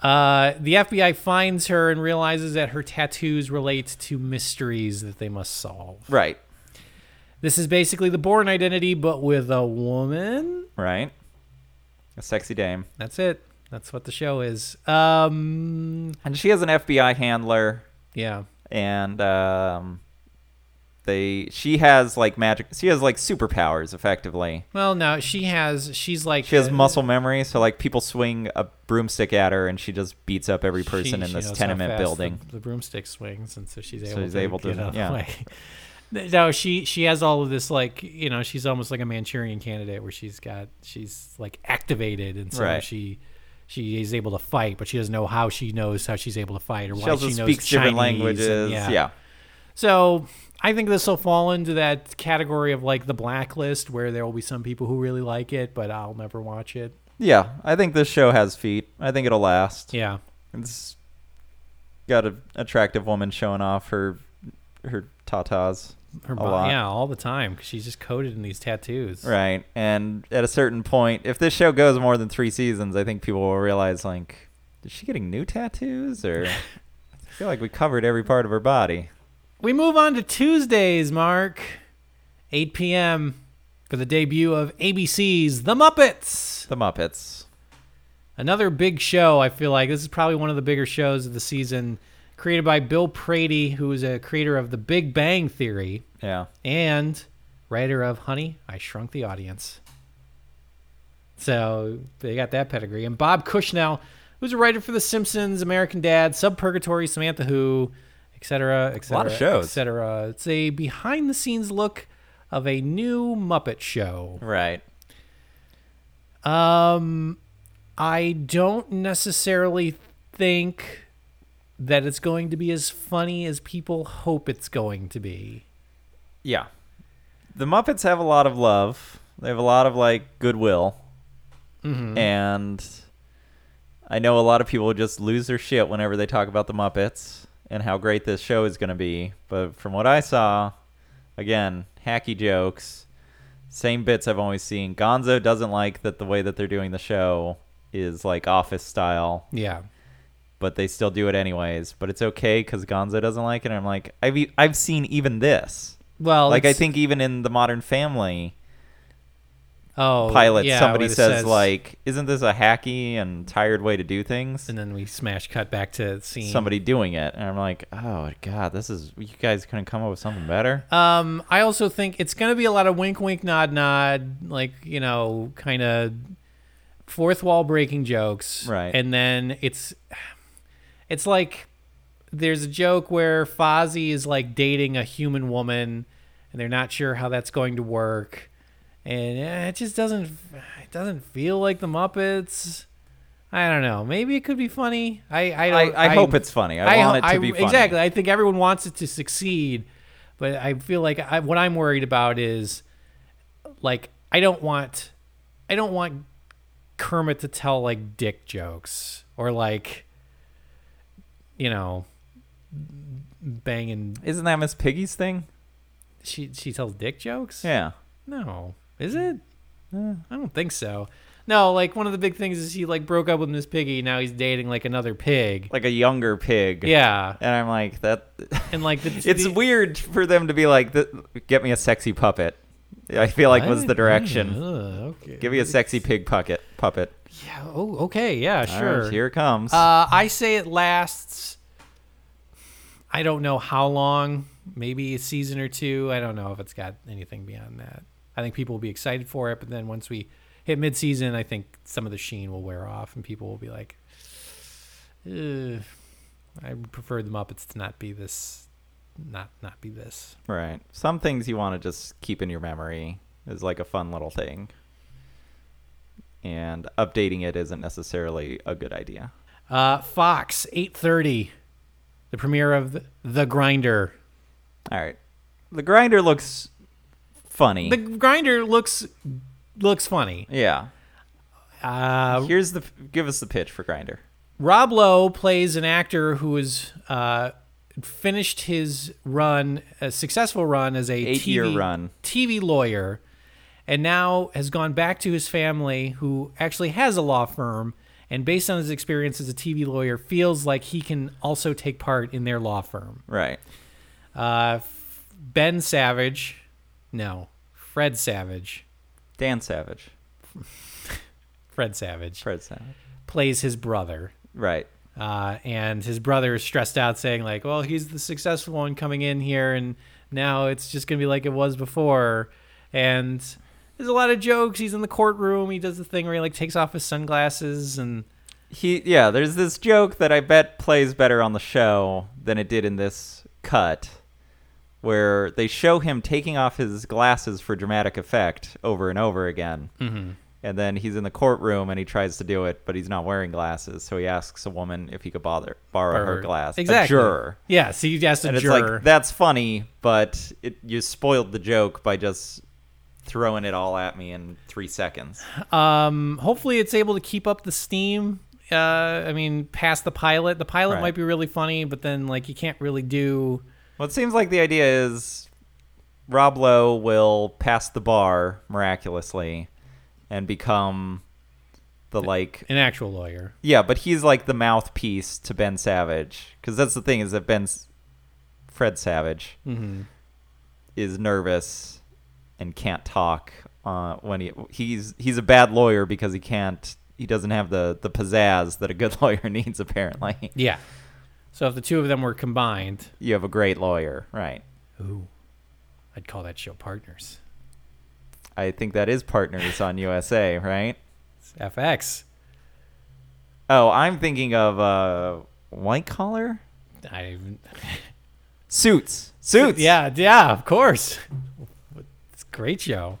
Uh, the FBI finds her and realizes that her tattoos relate to mysteries that they must solve.
Right.
This is basically the Born Identity, but with a woman.
Right. A sexy dame.
That's it. That's what the show is. Um,
And she has an FBI handler,
yeah,
and um, they she has like magic. She has like superpowers, effectively.
Well, no, she has. She's like
She has
uh,
muscle memory, so like people swing a broomstick at her, and she just beats up every
she-
person in
she
this
knows how
tenement
fast the-
building.
The, broomstick swings, and so she's
So
able.
she's
to
able to-
get out of the (laughs)
yeah.
way. No, she she has all of this like you know she's almost like a Manchurian candidate where she's got she's like activated and so
Right.
she she is able to fight but she doesn't know how she knows how she's able to fight or
She
why
also
she knows
speaks different
Chinese and-
languages. yeah.
So I think this will fall into that category of like the blacklist where there will be some people who really like it, but I'll never watch it.
Yeah, I think this show has feet. I think it'll last.
Yeah.
It's got an attractive woman showing off her her tatas.
Her
a
body,
lot.
yeah, all the time because she's just coated in these tattoos.
Right. And at a certain point, if this show goes more than 3 seasons, I think people will realize like is she getting new tattoos or I feel like we covered every part of her body.
We move on to Tuesdays, Mark, 8 p.m. for the debut of ABC's The Muppets.
The Muppets.
Another big show. I feel like this is probably one of the bigger shows of the season, created by Bill Prady, who is a creator of The Big Bang Theory.
Yeah.
and writer of Honey, I Shrunk the Audience. So they got that pedigree. And Bob Kushnow, who's a writer for The Simpsons, American Dad, Subpurgatory, Samantha Who, etc., etc.,
lot of shows.
etc. It's a behind-the-scenes look of a new Muppet show.
Right.
Um, I don't necessarily think that it's going to be as funny as people hope it's going to be.
Yeah. The Muppets have a lot of love. They have a lot of like goodwill. And I know a lot of people just lose their shit whenever they talk about the Muppets and how great this show is going to be. But from what I saw, again, hacky jokes, same bits I've always seen. Gonzo doesn't like that the way that they're doing the show is like office style
Yeah.
but they still do it anyways. But it's okay because Gonzo doesn't like it. And I'm like, I've e- I've seen even this.
Well,
like I
it's-
think even in the Modern Family
oh,
pilot,
yeah,
somebody
what it
says, like, "Isn't this a hacky and tired way to do things?"
and then we smash cut back to scene.
Somebody doing it, and I'm like, "Oh God, this is you guys couldn't come up with something better."
Um, I also think it's going to be a lot of wink, wink, nod, nod, like you know, kind of fourth wall breaking jokes,
Right.
And then it's it's like there's a joke where Fozzie is like dating a human woman, and they're not sure how that's going to work, and eh, it just doesn't it doesn't feel like the Muppets. I don't know. Maybe it could be funny. I I
I,
don't,
I, hope it's funny. I, want
ho-
it to
I-
be funny.
Exactly. I think everyone wants it to succeed, but I feel like I, what I'm worried about is like I don't want I don't want Kermit to tell like dick jokes or like you know banging
Isn't that Miss Piggy's thing?
she she tells dick jokes?
Yeah.
No. Is it? I don't think so. No, like one of the big things is he like broke up with Miss Piggy, now he's dating like another pig.
Like a younger pig.
Yeah.
And I'm like, that
And like the,
it's
the-
weird for them to be like, "Th- get me a sexy puppet. I feel like was
I-
the direction.
Ugh, okay.
Give me a sexy pig pucket puppet.
Yeah, oh, okay. Yeah.
All
Sure.
right, here it comes.
Uh, I say it lasts. I don't know how long. Maybe a season or two. I don't know if it's got anything beyond that. I think people will be excited for it, but then once we hit mid-season, I think some of the sheen will wear off, and people will be like, "Ugh, "I would prefer the Muppets to not be this, not not be this."
right. Some things you want to just keep in your memory is like a fun little thing. And updating it isn't necessarily a good idea.
Uh, Fox, eight thirty, the premiere of the, the Grinder.
All right. The grinder looks funny.
The Grinder looks looks funny.
yeah.
Uh,
Here's the give us the pitch for grinder.
Rob Lowe plays an actor who has uh, finished his run, a successful run as a TV,
Eight-year run.
TV lawyer, and now has gone back to his family, who actually has a law firm. And based on his experience as a TV lawyer, feels like he can also take part in their law firm.
Right.
Uh, ben Savage, no, Fred Savage,
Dan Savage.
Fred Savage
Fred Savage.
plays his brother.
Right.
uh, and his brother is stressed out, saying like, "Well, he's the successful one coming in here, and now it's just gonna be like it was before." And there's a lot of jokes. He's in the courtroom. He does the thing where he like takes off his sunglasses, and
He yeah, there's this joke that I bet plays better on the show than it did in this cut where they show him taking off his glasses for dramatic effect over and over again. Mm-hmm. And then he's in the courtroom and he tries to do it, but he's not wearing glasses. So he asks a woman if he could bother borrow her glass.
Exactly.
A juror.
Yeah. So you asked a
and it's
juror.
like that's funny, but it, you spoiled the joke by just throwing it all at me in three seconds.
Um, hopefully, it's able to keep up the steam. Uh, I mean, past the pilot. The pilot
Right.
might be really funny, but then like you can't really do.
Well, it seems like the idea is Rob Lowe will pass the bar miraculously and become the like
An actual lawyer.
yeah, but he's like the mouthpiece to Ben Savage because that's the thing is that Ben's Fred Savage is nervous and can't talk uh, when he he's he's a bad lawyer because he can't he doesn't have the the pizzazz that a good (laughs) lawyer needs apparently.
Yeah. So if the two of them were combined,
You have a great lawyer, right?
Ooh, I'd call that show Partners.
I think that is partners on USA, right?
It's FX.
Oh, I'm thinking of uh, white collar
I
suits.
(laughs)
Suits.
yeah yeah of course. It's a great show.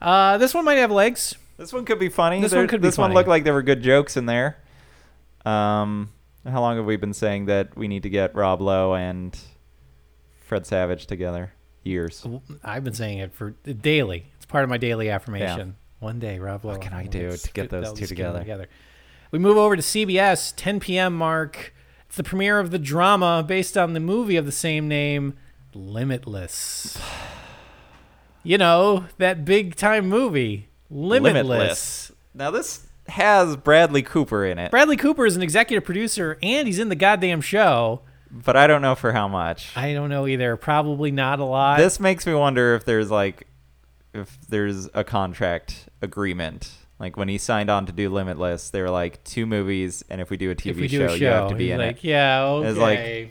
Uh, this one might have legs.
This one could be funny.
This one could be
This one
funny.
looked like there were good jokes in there. Um, how long have we been saying that we need to get Rob Lowe and Fred Savage together? Years.
Oh.
What
I've been saying it for daily. It's part of my daily affirmation. One day, Rob. What
can I do to get those two together?
We move over to CBS, 10 p.m. mark. It's the premiere of the drama based on the movie of the same name, Limitless. (sighs) You know that big time movie, Limitless.
Now this has Bradley Cooper in it,
Bradley Cooper is an executive producer and he's in the goddamn show.
but I don't know for how much.
I don't know either. Probably not a lot.
this makes me wonder if there's like if there's a contract agreement like when he signed on to do limitless they were like two movies and if we do a tv
if we do
show,
a show,
you have to be
he's
in
like,
it
yeah,
It's like-
okay.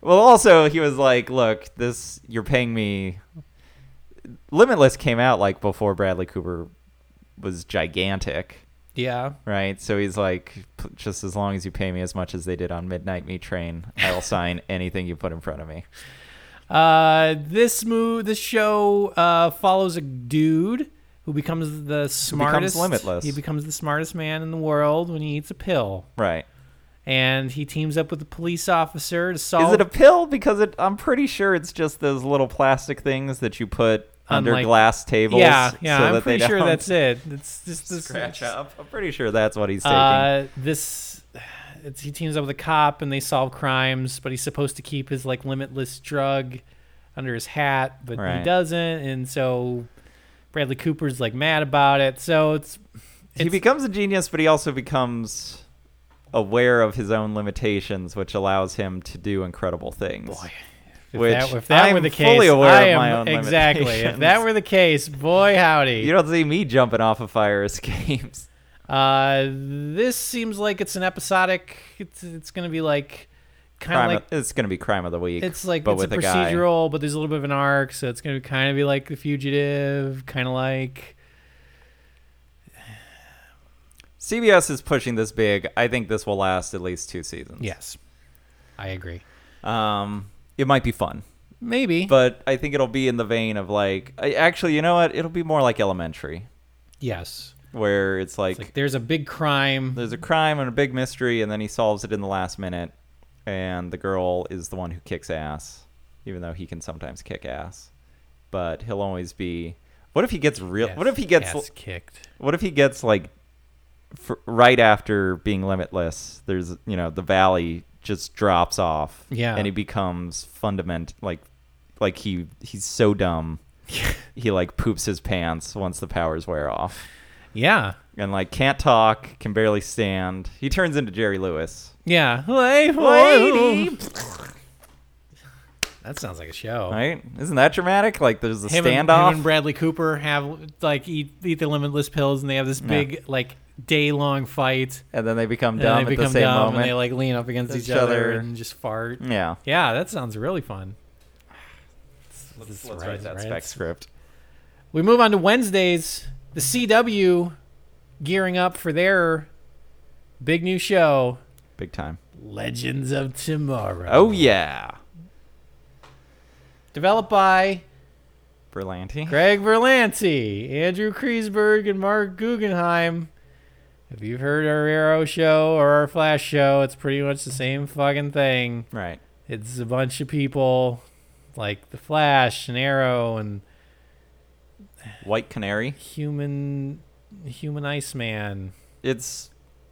well also he was like look this you're paying me limitless came out like before bradley cooper was gigantic
yeah.
right so he's like "P- just as long as you pay me as much as they did on midnight meat train
(laughs)
i'll sign anything you put in front of me
Uh, this move, this show uh, follows a dude who becomes the smartest.
limitless.
He becomes the smartest man in the world when he eats a pill,
right
and he teams up with a police officer to solve.
Is it a pill? Because it, I'm pretty sure it's just those little plastic things that you put under
Unlike-
glass tables.
yeah, yeah.
so
I'm
that they
pretty sure
don't (laughs)
that's it. It's just this
Scratch up. I'm pretty sure that's what he's taking.
Uh, this it's, he teams up with a cop and they solve crimes, but he's supposed to keep his like limitless drug under his hat, but he
Right.
doesn't, and so Bradley Cooper's like mad about it. So it's
he becomes a genius, but he also becomes aware of his own limitations, which allows him to do incredible things.
If
Which
that, if that
I'm
were the case,
fully aware
I
of
am
my own
exactly. If that
limitations.
were the case, boy howdy.
You don't see me jumping off of fire
(laughs)
escapes.
Uh, this seems like it's an episodic. It's it's gonna be like kind
Crime
of like
of- it's gonna be crime of the week.
it's like
but
it's a
with a, guy.
procedural, but there's a little bit of an arc, so it's gonna kind of be like The Fugitive, kind of like
CBS is pushing this big. I think this will last at least two seasons.
yes, I agree.
Um, it might be fun,
Maybe,
but I think it'll be in the vein of like. I, actually, you know what? It'll be more like Elementary,
yes.
where it's like,
It's like there's a big crime.
there's a crime and a big mystery, and then he solves it in the last minute, and the girl is the one who kicks ass, even though he can sometimes kick ass, but he'll always be. What if he gets real? What if he gets?
ass kicked?
What if he gets like f right after being limitless? There's you know the valley just drops off.
Yeah.
and he becomes fundament like like he he's so
(laughs)
dumb. he like poops his pants once the powers wear off,
Yeah,
and like can't talk, can barely stand. He turns into Jerry Lewis.
yeah. (laughs) Hey,
Lady.
That sounds like a show.
Right? Isn't that dramatic? Like there's a
Oh. him and,
standoff.
him and Bradley Cooper have like eat eat the limitless pills, and they have this big like day long fight.
and then they become
And then
dumb
they
at
become
the same
dumb,
moment.
and they like lean up against each,
Each
other,
other.
and just fart.
yeah.
Yeah, that sounds really fun. This
Let's
right-
write that
right?
spec script.
We move on to Wednesdays. The CW gearing up for their big new show,
Big time.
Legends of Tomorrow.
Oh yeah.
developed by
Berlanti.
Greg Berlanti, Andrew Kreisberg, and Mark Guggenheim. If you've heard our Arrow show or our Flash show, it's pretty much the same fucking thing.
Right.
It's a bunch of people like the Flash and Arrow and
White Canary.
human human Iceman.
It's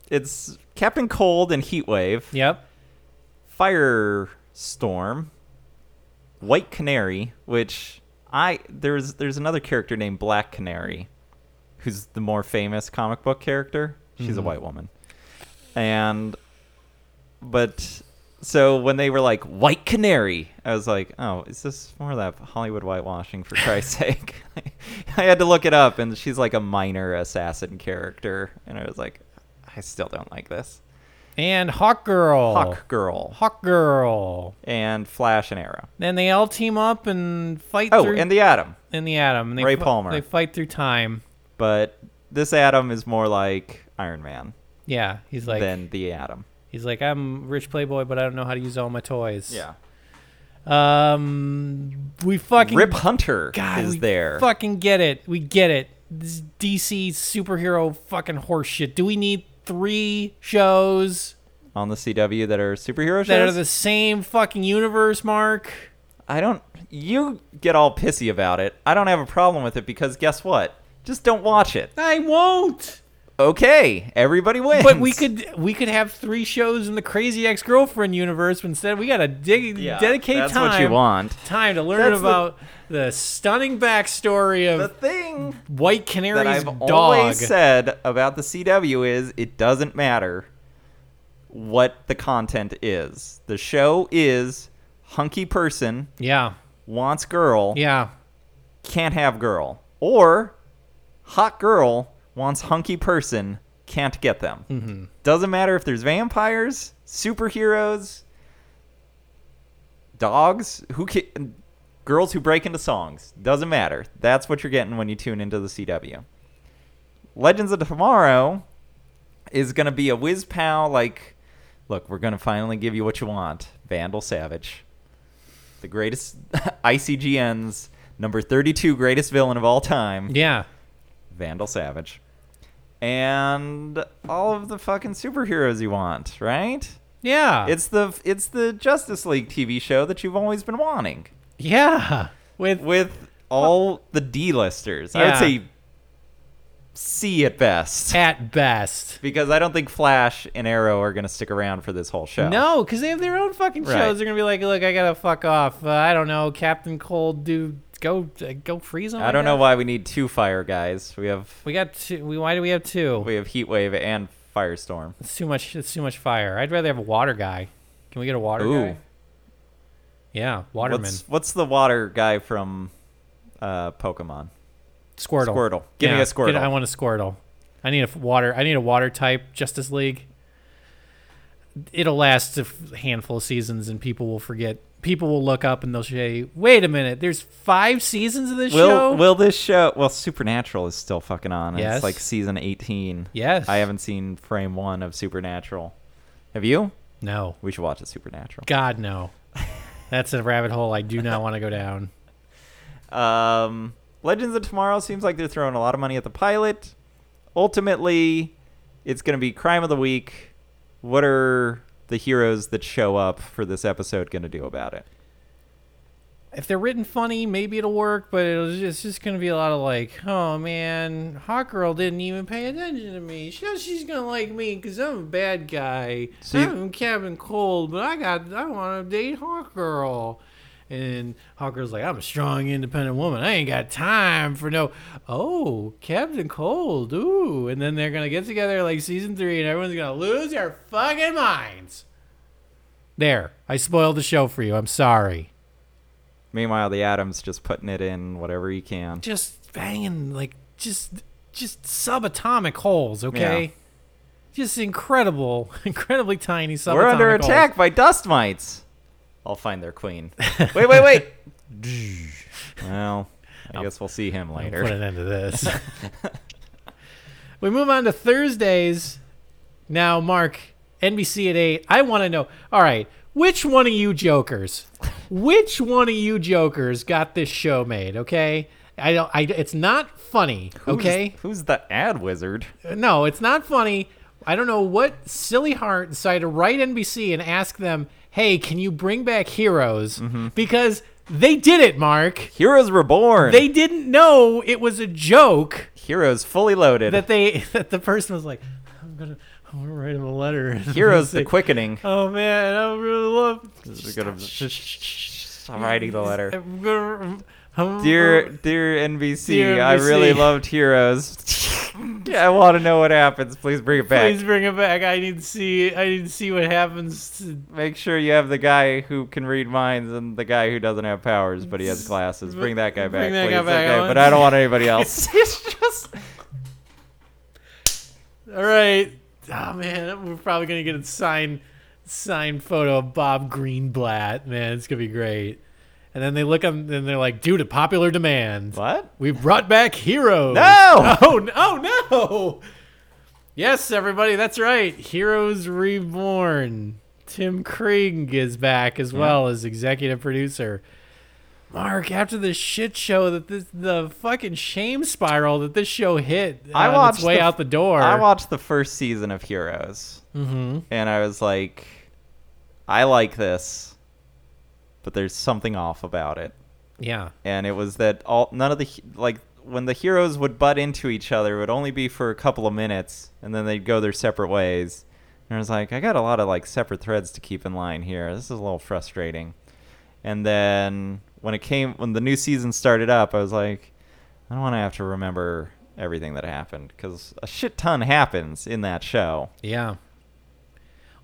it's Captain Cold and Heatwave,
Yep.
Firestorm, White Canary, which I there's there's another character named Black Canary, who's the more famous comic book character. She's a white woman, and but so when they were like White Canary, I was like, oh, is this more of that Hollywood whitewashing for Christ's sake? (laughs) I had to look it up, and she's like a minor assassin character, and I was like, I still don't like this.
And Hawk Girl.
Hawk Girl
Hawk Girl.
and Flash and Arrow.
Then they all team up and fight
Oh,
through
and the Atom.
in the Atom. And they
Ray
fi-
Palmer.
They fight through time.
But this Atom is more like Iron Man
Yeah. He's like
than the Atom.
He's like, I'm rich playboy, but I don't know how to use all my toys. Um, we fucking
Rip Hunter
God, we
is there.
Fucking get it. We get it. This DC superhero fucking horseshit. Do we need three shows
on the CW that are superhero shows.
that are the same fucking universe? Mark.
I don't. You get all pissy about it. I don't have a problem with it because guess what? Just don't watch it.
I won't.
Okay, everybody wins.
But we could we could have three shows in the Crazy Ex Girlfriend universe. But instead, we gotta dig
Yeah,
dedicate
that's
time
what you want.
time to learn
That's the-
about the, stunning backstory
The
of
thing
White Canary's
that I've
dog.
always said about the CW is it doesn't matter what the content is. The show is hunky person
Yeah.
wants girl,
Yeah.
can't have girl, or hot girl wants hunky person, can't get them. Mm-hmm. Doesn't matter if there's vampires, superheroes, dogs, who ca- girls who break into songs. Doesn't matter. That's what you're getting when you tune into the CW. Legends of Tomorrow is going to be a whiz pow like look, we're going to finally give you what you want. Vandal Savage. The greatest (laughs) ICGN's number 32 greatest villain of all time.
Yeah.
Vandal Savage, and all of the fucking superheroes you want, right?
Yeah.
It's the it's the Justice League TV show that you've always been wanting
yeah. With
with all the D-listers. I
Yeah.
would say C at best
at best.
because I don't think Flash and Arrow are going to stick around for this whole show.
No, because they have their own fucking shows.
Right.
They're gonna be like, look, I gotta fuck off. Uh, I don't know, Captain Cold, dude, go uh, go freeze on.
I don't know why we need two fire guys. We have
We got two. We, why do we have two?
we have Heatwave and Firestorm.
It's too much. It's too much fire. I'd rather have a water guy. Can we get a water
Ooh.
guy? Yeah, Waterman.
What's, what's the water guy from uh, Pokemon?
Squirtle.
Squirtle. Give me
Yeah,
a Squirtle.
get- I want a Squirtle. I need a f- water. I need a water type Justice League. It'll last a f- handful of seasons, and people will forget. People will look up and they'll say, "Wait a minute! There's five seasons of this
will
show."
will this show? Well, Supernatural is still fucking on. and
Yes.
It's like season eighteen.
Yes.
I haven't seen frame one of Supernatural. Have you?
no.
We should watch a Supernatural.
God no. That's a rabbit hole I do not want to go down.
(laughs) Um, Legends of Tomorrow seems like they're throwing a lot of money at the pilot. Ultimately, it's going to be crime of the week. What are the heroes that show up for this episode going to do about it?
if they're written funny, maybe it'll work, but it'll just, it's just gonna be a lot of like, oh man, Hawk Girl didn't even pay attention to me. She knows she's gonna like me because I'm a bad guy.
So you-
I'm Captain Cold, but I got I want to date Hawk Girl. And Hawk Girl's like, I'm a strong, independent woman. I ain't got time for no. Oh, Captain Cold, ooh. And then they're gonna get together like season three, and everyone's gonna lose their fucking minds. There, I spoiled the show for you. I'm sorry.
Meanwhile, the Adam's just putting it in whatever he can.
just banging like just just subatomic holes, okay?
Yeah.
Just incredible, (laughs) incredibly tiny subatomic.
We're under
holes.
attack by dust mites. I'll find their
(laughs)
queen. Wait, wait, wait. well, I guess we'll see him
I'll
later.
Put an end to
(laughs)
this. we move on to Thursdays. Now, Mark, NBC at eight. I want to know. All right, which one of you jokers, which one of you jokers got this show made? Okay, I don't. I. It's not funny.
Who's-
okay,
Who's the ad wizard?
no, it's not funny. I don't know what silly heart decided to write NBC and ask them, "Hey, can you bring back heroes?" Because they did it, Mark.
Heroes Reborn.
They didn't know it was a joke
Heroes fully loaded.
that they (laughs) that the person was like, "I'm gonna, I'm gonna write him a letter."
Heroes the
Say,
quickening.
(laughs) Oh man, I really love.
Just gonna- I'm writing the letter.
I'm gonna- I'm-
Dear, dear NBC,
Dear
I really
NBC.
loved Heroes.
(laughs)
I want to know what happens. Please bring it back.
Please bring it back. I need to see. I need to see what happens to
Make sure you have the guy who can read minds and the guy who doesn't have powers but he
(laughs)
has glasses. Bring that guy back,
Bring that
please.
guy back. I
Okay,
want-
but I don't want
(laughs)
anybody else.
it's just. All right. Oh man, we're probably gonna get a signed signed photo of Bob Greenblatt. Man, it's gonna be great. And then they look up and they're like, due to popular demand,
what?
we brought back heroes.
No!
(laughs) Oh no! Oh, no! Yes, everybody, that's right. Heroes Reborn. Tim Krieg is back as well as executive producer. Mark, after the shit show that this the fucking shame spiral that this show hit
I
on its
watched
way
the-
out the door.
I watched the first season of Heroes. Mm-hmm. And I was like, I like this, but there's something off about it.
yeah.
and it was that all none of the he- like when the heroes would butt into each other it would only be for a couple of minutes and then they'd go their separate ways and i was like i got a lot of like separate threads to keep in line here this is a little frustrating and then when it came when the new season started up i was like i don't want to have to remember everything that happened because a shit ton happens in that show
Yeah.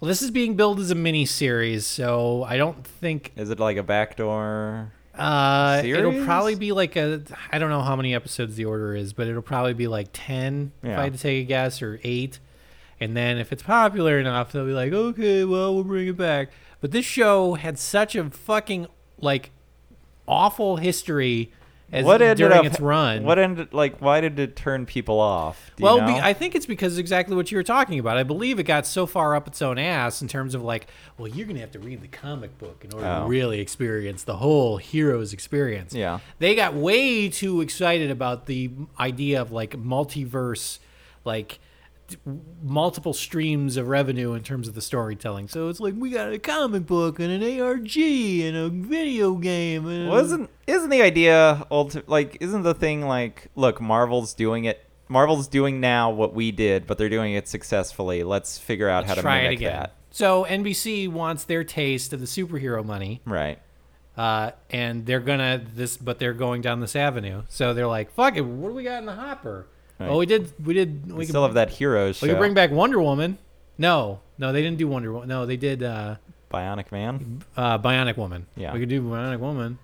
Well, this is being billed as a mini series, so I don't think
is it like a backdoor
Uh, it'll
Series?
probably be like a. I don't know how many episodes the order is, but it'll probably be like ten, if I
Yeah.
had to take a guess, or eight. And then if it's popular enough, they'll be like, okay, well, we'll bring it back. But this show had such a fucking like awful history as
what ended
during
up
its run.
what ended like why did it turn people off Do you
Well,
know?
be, I think it's because exactly what you were talking about. I believe it got so far up its own ass in terms of like, well, you're gonna have to read the comic book in order
Oh.
to really experience the whole hero's experience.
Yeah.
they got way too excited about the idea of like multiverse, like d- multiple streams of revenue in terms of the storytelling. So it's like we got a comic book and an ARG and a video game. And
Wasn't isn't the idea ulti- like isn't the thing like look Marvel's doing it Marvel's doing now what we did but they're doing it successfully let's figure out how to
try it
mimic
again.
that
So NBC wants their taste of the superhero money.
right
uh, and they're gonna this, but they're going down this avenue. So they're like, "Fuck it, what do we got in the hopper?"
Right.
Oh, we did, we did,
we
we,
still
could,
have that heroes
we
show
could bring back Wonder Woman. No, no, they didn't do Wonder Woman. No, they did. Uh,
Bionic Man.
Uh, Bionic Woman.
Yeah.
We could do Bionic Woman.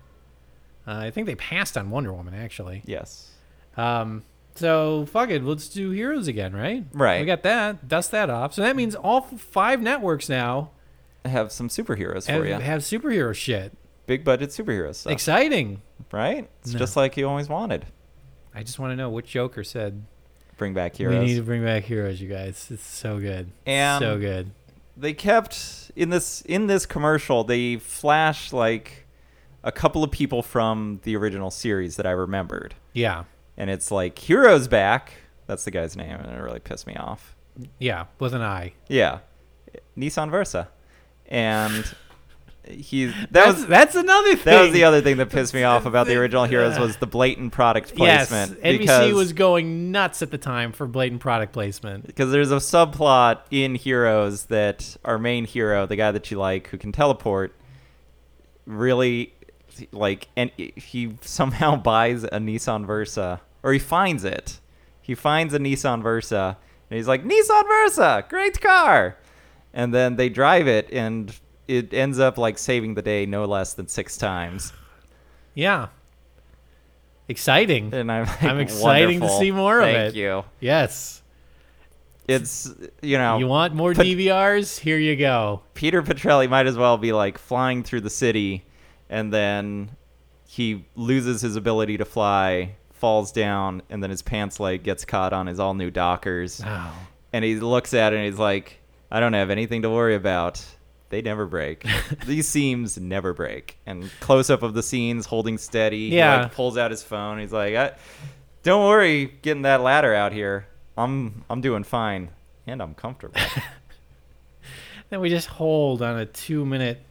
Uh, I think they passed on Wonder Woman actually.
Yes.
Um, so fuck it, let's do Heroes again, right?
Right.
We got that. Dust that off. So that means all f- five networks now
Have some superheroes
have,
for you.
have superhero shit.
Big budget superheroes stuff,
Exciting.
right? It's
No.
just like you always wanted.
I just want to know what Joker said.
Bring back heroes.
We need to bring back heroes, you guys. It's so good.
And-
so good.
they kept in this in this commercial they flash like a couple of people from the original series that i remembered
Yeah.
and it's like heroes back that's the guy's name and it really pissed me off
Yeah. With an eye.
yeah nissan versa and he's
(laughs)
that
That
was
was that's another thing.
that was the other thing that pissed me off about the original heroes was the blatant product
Yes,
placement
NBC
because
was going nuts at the time for blatant product placement.
because there's a subplot in Heroes that our main hero, the guy that you like who can teleport, really like and he somehow (laughs) buys a Nissan Versa or he finds it. He finds a Nissan Versa and he's like Nissan Versa, great car. And then they drive it and it ends up like saving the day no less than 6 times.
Yeah. Exciting.
And I'm like,
I'm exciting to
"Wonderful.
see more of it."
Thank you.
Yes.
It's you know
You want more
But-
DVRs? Here you go.
Peter Petrelli might as well be like flying through the city, and then he loses his ability to fly, falls down, and then his pants leg gets caught on his all new Dockers,
Wow.
and he looks at it and he's like, "I don't have anything to worry about. They never break. These seams never break." And close up of the scenes, holding steady. he,
Yeah.
like, pulls out his phone. He's like, I, "Don't worry, getting that ladder out here. I'm I'm doing fine, and I'm comfortable."
Then we just hold on a two minute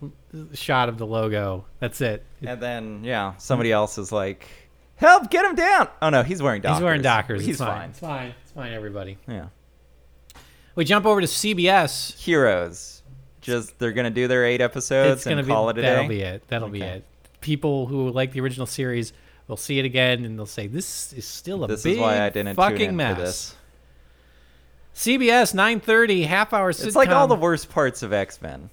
shot of the logo. That's it.
And then,
Hmm.
yeah, somebody else is like, "Help! Get him down!" Oh no, he's wearing Dockers.
He's wearing Dockers.
He's
it's fine. It's fine. It's fine, everybody.
Yeah,
We jump over to CBS.
heroes. Just they're gonna do their eight episodes
It's
and
gonna be
call it a
that'll
day.
be it. That'll be
Okay.
it. People who like the original series will see it again and they'll say, "This is still a
This
big
is why I didn't
fucking
tune in
mess."
for this.
CBS 9:30 half hour sitcom.
It's like all the worst parts of X Men.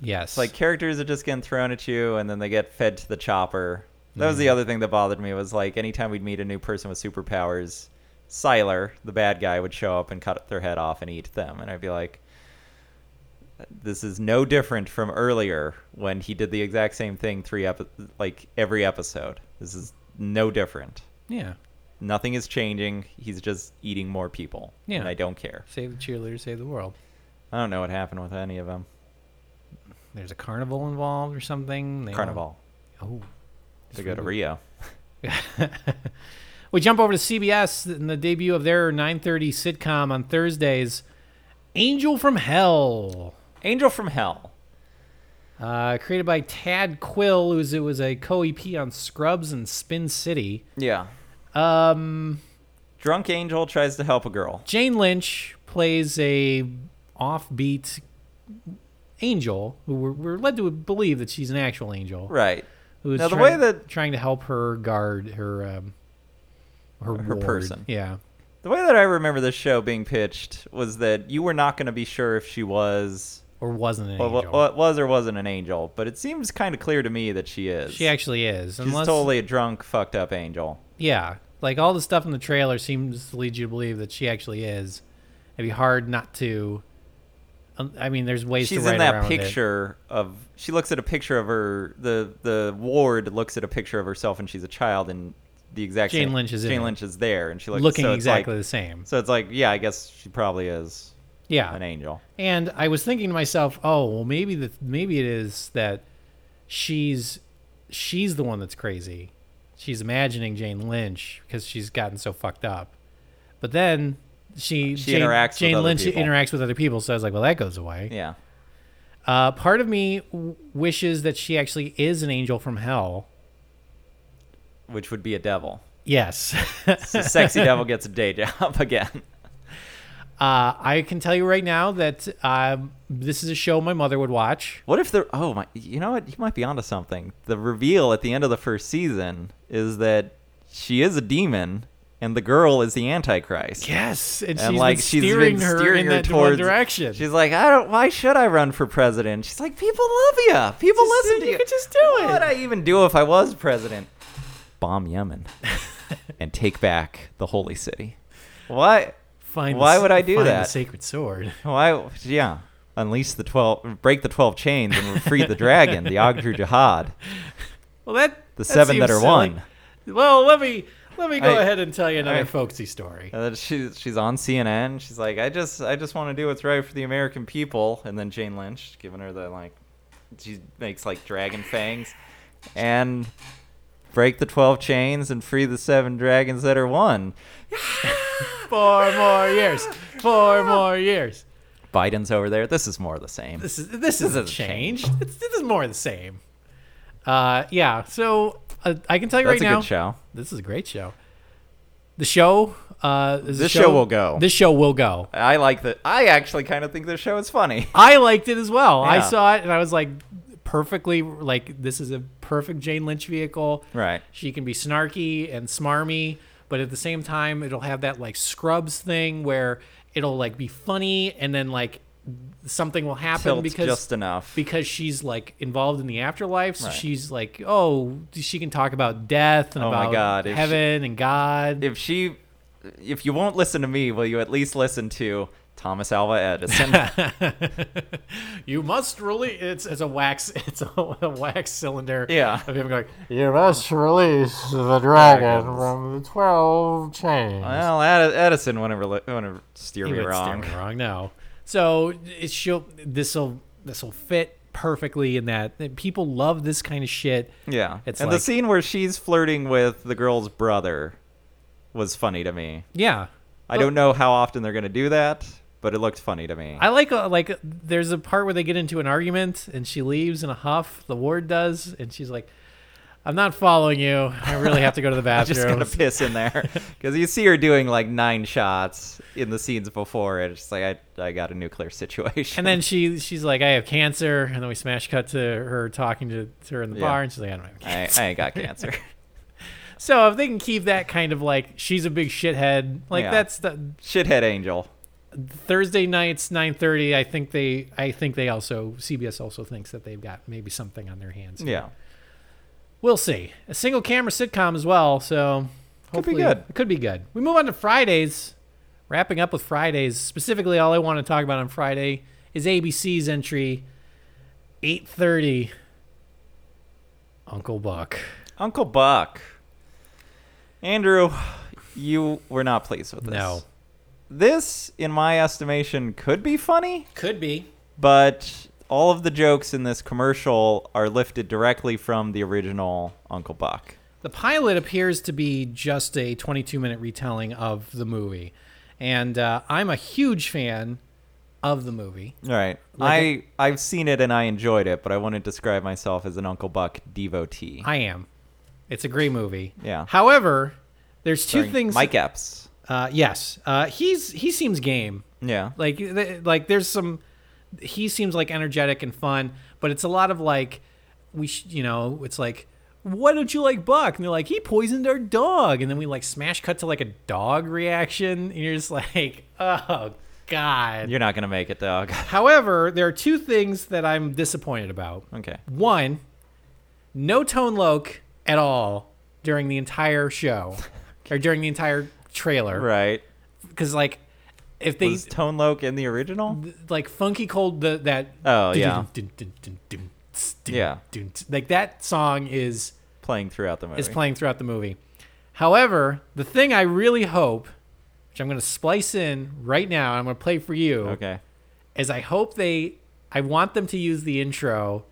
yes,
Like characters are just getting thrown at you, and then they get fed to the chopper. That
Mm-hmm.
was the other thing that bothered me was like anytime we'd meet a new person with superpowers, Siler, the bad guy, would show up and cut their head off and eat them, and I'd be like, "This is no different from earlier when he did the exact same thing three epi- like every episode. This is no different.
yeah.
Nothing is changing. He's just eating more people,
Yeah.
and I don't care.
Save the cheerleader, save the world.
I don't know what happened with any of them.
There's a carnival involved or something. They all-
Carnival,
Oh.
they go to Rio.
We jump over to CBS and the debut of their 9:30 sitcom on Thursdays, Angel from Hell,
Angel from Hell.
uh, created by Tad Quill, who's it was a co-EP on Scrubs and Spin City.
Yeah.
Um,
Drunk angel tries to help a girl.
Jane Lynch plays a offbeat angel who we're, we're led to believe that she's an actual angel.
Right.
who's
Now, the
trying-
way that-
trying to help her guard her um, her, ward.
person.
Yeah,
The way that I remember this show being pitched was that you were not going to be sure if she was
or wasn't an
well,
angel.
well, was or wasn't an angel, but it seems kind of clear to me that she is.
she actually is.
She's
unless,
totally a drunk, fucked up angel.
Yeah, like all the stuff in the trailer seems to lead you to believe that she actually is. It'd be hard not to. um, I mean, there's ways to
She's
write
in
around
that
it.
picture of she looks at a picture of her the the ward looks at a picture of herself and she's a child and the exact
Jane
same-
Lynch is in
Jane
it.
Lynch is there and she looks
looking
so it's like-
exactly the same.
so it's like yeah I guess she probably is
Yeah,
an angel
And I was thinking to myself, oh, well, maybe the maybe it is that she's she's the one that's crazy. She's imagining Jane Lynch because she's gotten so fucked up. But then she,
She
Jane,
interacts with
Jane
other
Lynch
people.
interacts with other people, so I was like, well, that goes away.
yeah
Uh, part of me w- wishes that she actually is an angel from hell.
which would be a devil
Yes, (laughs)
So sexy devil gets a day (laughs) job again.
uh, I can tell you right now that um, this is a show my mother would watch.
What if the oh my you know what you might be onto something. The reveal at the end of the first season is that she is a demon and the girl is the Antichrist.
Yes, and,
And
she's
like
been
she's been
steering her
steering
in
her
that
towards
one direction.
She's like, I don't. Why should I run for president? She's like, people love you. People
Just-
listen to
you
you.
could just do it."
What would I even do if I was president? Bomb Yemen and take back the holy city. Why?
(laughs) find
why
the-
would I do
find The
that?
sacred sword.
Why? Oh, Yeah. Unleash the twelve, break the twelve chains, and free the dragon, the Ogdru Jihad.
Well, that that
The seven
seems
that are
silly.
one.
Well, let me let me go
I-
ahead and tell you another
I-
folksy story.
And then she's she's on CNN. She's like, I just I just want to do what's right for the American people. And then Jane Lynch giving her the like, she makes like dragon fangs, and break the twelve chains and free the seven dragons that are one.
Four more years. Four more years.
Biden's over there. This is more of the same.
This is this isn't
isn't
changed. It's, this is more of the same. Uh, yeah. So uh, I can tell you
That's
right
a
now,
good show.
this is a great show. The show. Uh, is a
This show will go.
This show will go.
I like that. I actually kind of think this show is funny.
I liked it as well. I
Yeah.
saw it and I was like, perfectly. Like this is a perfect Jane Lynch vehicle.
Right.
She can be snarky and smarmy, but at the same time, it'll have that like Scrubs thing where it'll like be funny and then like something will happen
Tilts
because
just enough.
because she's like involved in the afterlife. So
Right.
she's like, oh, she can talk about death and
Oh my
about
God, if she-
heaven and God.
if she, if you won't listen to me, will you at least listen to Thomas Alva
(laughs)
Edison?
you must really it's it's a wax (laughs) it's a, wax cylinder
Yeah.
of him going
You must release the dragon
Dragons.
from the twelve chains.
Well, Edi- Edison wouldn't, rel- wouldn't steer me
"You're
wrong.
wrong. wrong now so it, she'll this will this will fit perfectly in that that people love this kind of shit
Yeah.
It's
and
like-
the scene where she's flirting with the girl's brother was funny to me.
yeah
I don't know how often they're going to do that, but it looked funny to me.
Oh. I like uh, like uh, there's a part where they get into an argument and she leaves in a huff. The ward does, and she's like, "I'm not following you. I really have to go to the
(laughs) I'm just
bathroom."
going to piss
(laughs)
in there because you see her doing like nine shots in the scenes before it. It's just like, I, I got a nuclear situation.
and then she she's like, "I have cancer," and then we smash cut to her talking to, to her in the
Yeah.
bar, and she's like, "I don't have
(laughs) I,
cancer."
I
(laughs)
ain't got cancer.
So if they can keep that kind of like she's a big shithead, like
Yeah.
that's the
Shithead angel.
Thursday nights 9:30. I think they I think they also CBS also thinks that they've got maybe something on their hands.
Yeah.
We'll see. A single camera sitcom as well, so
Could be
hopefully-
good.
It could be good. We move on to Fridays. Wrapping up with Fridays. Specifically, all I want to talk about on Friday is ABC's entry, eight thirty. Uncle Buck.
Uncle Buck. Andrew, you were not pleased with this.
No,
This, in my estimation, could be funny.
could be.
but all of the jokes in this commercial are lifted directly from the original Uncle Buck.
The pilot appears to be just a 22 minute retelling of the movie, and uh, I'm a huge fan of the movie.
Right. I I've seen it and I enjoyed it, but I wouldn't describe myself as an Uncle Buck devotee.
I am. It's a great movie.
Yeah.
However, there's two
Starring
things.
Mike Epps.
Uh, yes. Uh, he's he seems game.
Yeah.
Like th- like there's some. He seems like energetic and fun, but it's a lot of like we sh- you know it's like why don't you like Buck? And they're like he poisoned our dog, and then we like smash cut to like a dog reaction, and you're just like (laughs) oh god.
You're not gonna make it, dog. (laughs)
However, there are two things that I'm disappointed about.
okay.
One, no Tone Loc at all during the entire show or during the entire trailer.
Right.
Because, like, if they
Was Tone Loc in the original?
like Funky Cold, the, that.
Oh, yeah. Yeah.
Like, that song is
Playing throughout the movie.
is playing throughout the movie. However, the thing I really hope, which I'm going to splice in right now, and I'm going to play for you,
okay.
is I hope they I want them to use the intro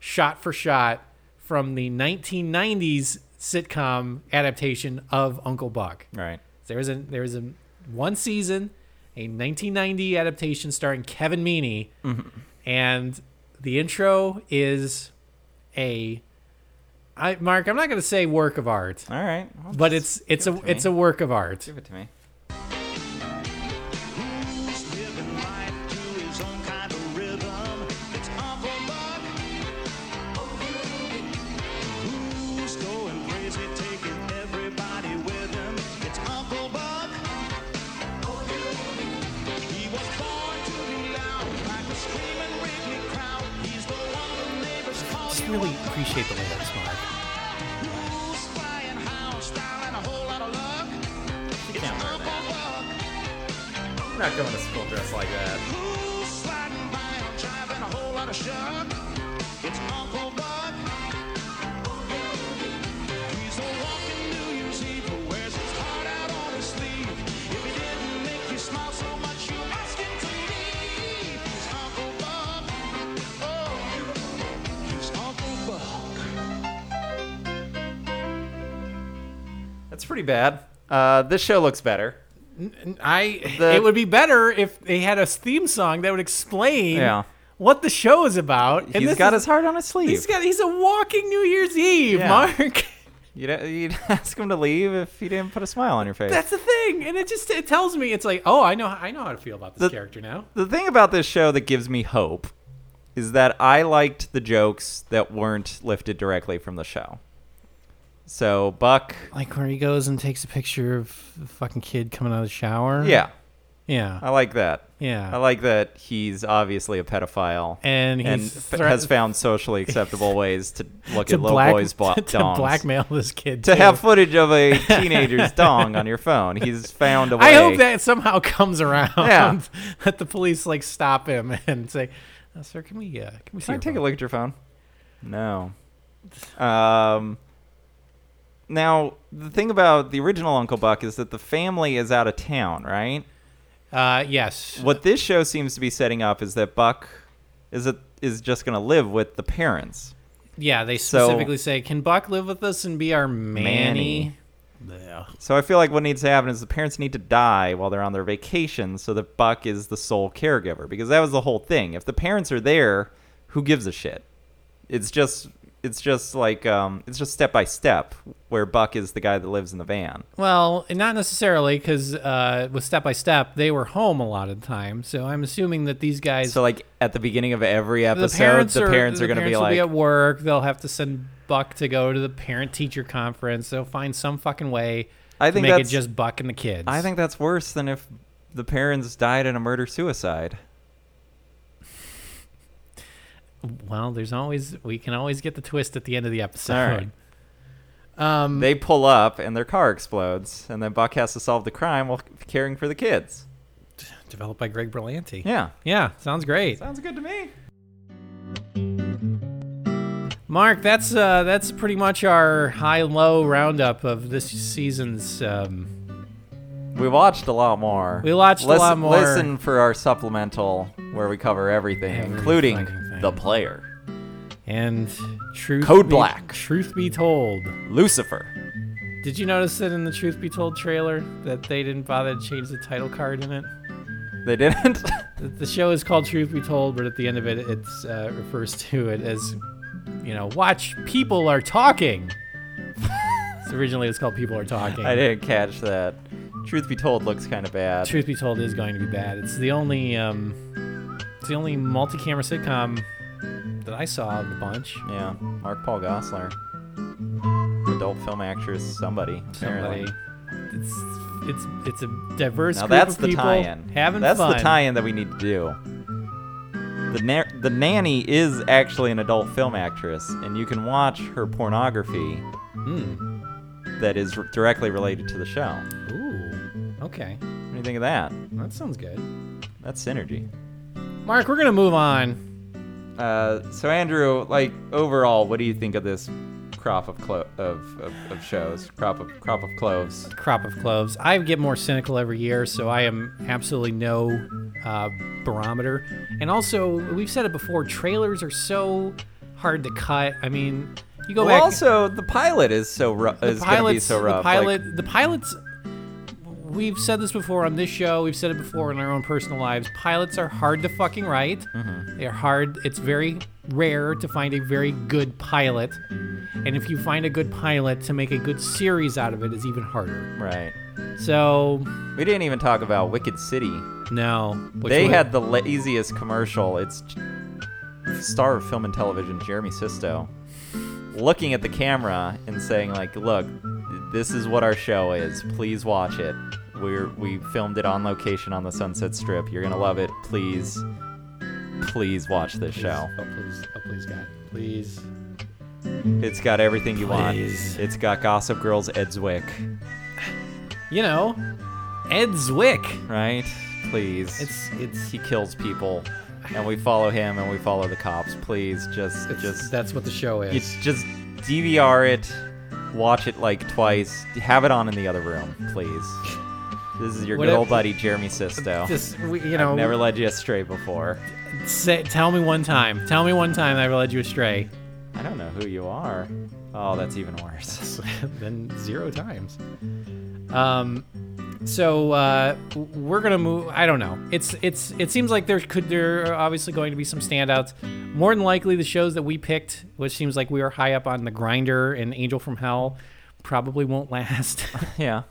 shot for shot from the 1990s sitcom adaptation of Uncle Buck.
Right.
There was a there was a one season a 1990 adaptation starring Kevin Meaney
Mm-hmm.
and the intro is a I Mark, I'm not going to say work of art,
All right. Well,
but it's it's a
give it to
it's
me.
a work of art.
give it to me.
living life to his own kind of rhythm. It's Uncle Buck. Who's going crazy, taking everybody with him? It's Uncle
just really appreciate the lyrics, Mark.
You can't learn that. I'm not going to school dressed like that.
Oh,
That's pretty bad. Uh, this show looks better.
I
The-
it would be better if they had a theme song that would explain
Yeah.
what the show is about. And
he's
this
got
is-
his heart on his sleeve.
he's got he's a walking New Year's Eve,
Yeah.
Mark. (laughs)
You don't, you'd (laughs) ask him to leave if he didn't put a smile on your face.
That's the thing, and it just it tells me it's like oh I know I know how to feel about this
The-
character now.
the thing about this show that gives me hope is that I liked the jokes that weren't lifted directly from the show. So Buck,
Like where he goes and takes a picture of the fucking kid coming out of the shower.
yeah,
yeah,
I like that.
yeah.
I like that he's obviously a pedophile
and
Uh. and
he's
f-
thre-
has found socially (laughs) acceptable ways to look
to
at little
black-
(laughs) boys'
(laughs)
bla-
to,
dongs.
blackmail this kid
to
too.
have footage of (laughs) a teenager's dong on your phone. He's found a way.
I hope that somehow (laughs) comes around.
Yeah.
that the police like stop him (laughs) and say, "Uh, "Sir, can we uh, can we see
Can I
your
take a
phone?"
look at your phone? No. Um. Now the thing about the original Uncle Buck is that the family is out of town, right?
Uh, yes.
What this show seems to be setting up is that Buck is a, is just going to live with the parents.
Yeah, they
So-
specifically say, "Can Buck live with us and be our Manny?" Yeah.
So I feel like what needs to happen is the parents need to die while they're on their vacation, so that Buck is the sole caregiver. Because that was the whole thing. If the parents are there, who gives a shit? It's just it's just like um, it's just step by step where Buck is the guy that lives in the van.
Well, not necessarily, because uh, with step by step, they were home a lot of the time. So I'm assuming that these guys,
So like at the beginning of every episode,
the parents are, the
going to
parents
be
will
like,
be at work. They'll have to send Buck to go to the parent teacher conference. They'll find some fucking way.
I
to
think
make it
that's-
just Buck and the kids.
I think that's worse than if the parents died in a murder suicide.
Well, there's always we can always get the twist at the end of the episode. Um,
All right. They pull up and their car explodes, and then Buck has to solve the crime while caring for the kids.
Developed by Greg Berlanti.
Yeah,
Yeah, sounds great.
sounds good to me.
Mark, that's uh, that's pretty much our high low roundup of this season's. Um,
We watched a lot more.
We watched a
Listen-
lot more.
Listen for our supplemental where we cover everything,
Every
including
fucking thing.
the player,
and truth
Code
be,
Black.
Truth be told,
Lucifer.
did you notice that in the Truth Be Told trailer that they didn't bother to change the title card in it?
They didn't. (laughs)
The- The show is called Truth Be Told, but at the end of it, it uh, refers (laughs) to it as, you know, watch people are talking. so originally, it was called People Are Talking.
I didn't catch that. Truth be told, looks kind of bad.
Truth be told, is going to be bad. It's the only, um, it's the only multi-camera sitcom that I saw of the bunch.
Yeah, Mark Paul Gosselaar, adult film actress, somebody.
Somebody,
Apparently.
it's it's it's a diverse
Now
group
that's
of
the
people
tie-in.
having
that's
fun.
the tie-in that we need to do. The na- the nanny is actually an adult film actress, and you can watch her pornography
Hmm.
that is r- directly related to the show.
Ooh, okay,
What do you think of that?
that sounds good.
That's synergy.
Mark, we're gonna move on.
Uh, so Andrew, like overall, what do you think of this crop of clo- of, of, of shows, crop of crop of cloves?
Crop of cloves. I get more cynical every year, so I am absolutely no uh, barometer. And also, we've said it before: trailers are so hard to cut. I mean, you go
Well,
back.
also the pilot is so ru-
the
is going to be
pilots,
so rough.
the
like-
pilot, the pilots. We've said this before on this show. We've said it before in our own personal lives. Pilots are hard to fucking write.
Mm-hmm.
They're hard. It's very rare to find a very good pilot, and if you find a good pilot, to make a good series out of it is even harder.
right.
So,
We didn't even talk about Wicked City.
no. Which
they
was-
had the laziest commercial. It's star of film and television Jeremy Sisto looking at the camera and saying like, "Look, this is what our show is. Please watch it. We're we filmed it on location on the Sunset Strip. You're going to love it. Please please watch this show."
Oh please! Oh please, God! Please,
It's got everything you want.
Please.
It's got Gossip Girl's Ed Zwick,
You know, Ed Zwick.
right? Please.
It's it's
he kills people, and we follow him and we follow the cops. Please, just
it's
just
that's what the show is.
It's just DVR it, watch it like twice, have it on in the other room, please. This is your good
Whatever-
old buddy
(laughs)
Jeremy Sisto.
Just we, you know,
Never led you astray before.
say, tell me one time. Tell me one time that I've led you astray. (laughs)
I don't know who you are. Oh, that's even worse. (laughs)
than zero times. Um, so uh, w- we're gonna move. I don't know. It's it's it seems like there could there are obviously going to be some standouts. More than likely, the shows that we picked, which seems like we are high up on the grinder and Angel from Hell, probably won't last. (laughs)
Yeah.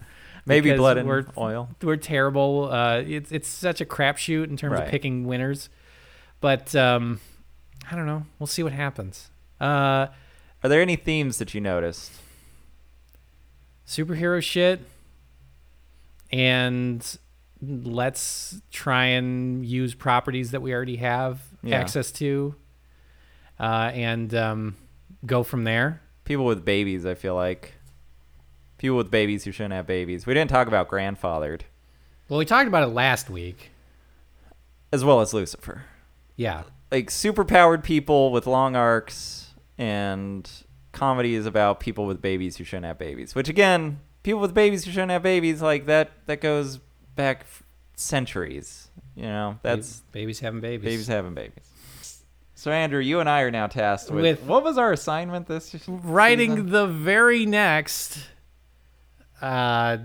Maybe
Because
blood and
we're-
oil.
we're terrible. Uh, it's it's such a crapshoot in terms of
Right.
picking winners, but um, I don't know. We'll see what happens. Uh,
Are there any themes that you noticed?
superhero shit and let's try and use properties that we already have
Yeah.
access to uh, and um, go from there
People with babies, I feel like. People with babies who shouldn't have babies. We didn't talk about grandfathered,
well we talked about it last week
as well as Lucifer.
yeah
like superpowered people with long arcs and comedy is about people with babies who shouldn't have babies which again people with babies who shouldn't have babies like that that goes back f- centuries you know that's
babies having babies,
babies having babies so andrew you and i are now tasked with,
With-
what was our assignment this
writing
season?
the very next uh,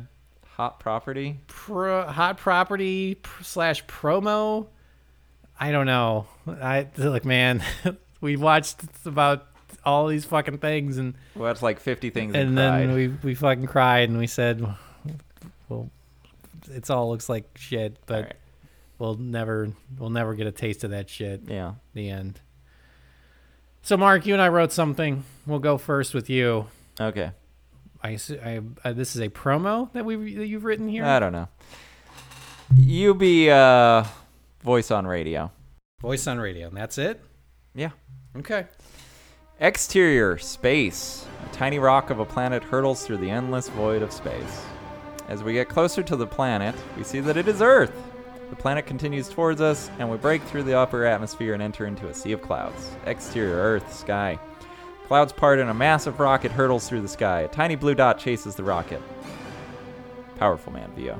hot property
pro- hot property pr- slash promo. I don't know. I look, man. (laughs) we watched about all these fucking things, and
well that's like 50 things
and
and
then we we fucking cried, and we said, "Well, it's all looks like shit, but
right.
we'll never we'll never get a taste of that shit."
yeah
The end. So, Mark, you and I wrote something. We'll go first with you.
okay
I, assu- I, I this is a promo that we that you've written here.
i don't know you be uh voice on radio
Voice on radio, and that's it.
yeah
Okay.
Exterior space. A tiny rock of a planet hurtles through the endless void of space. As we get closer to the planet, we see that it is Earth. The planet continues towards us, and we break through the upper atmosphere and enter into a sea of clouds. Exterior Earth, sky. Clouds part and a massive rocket hurtles through the sky. A tiny blue dot chases the rocket. Powerful man, VO.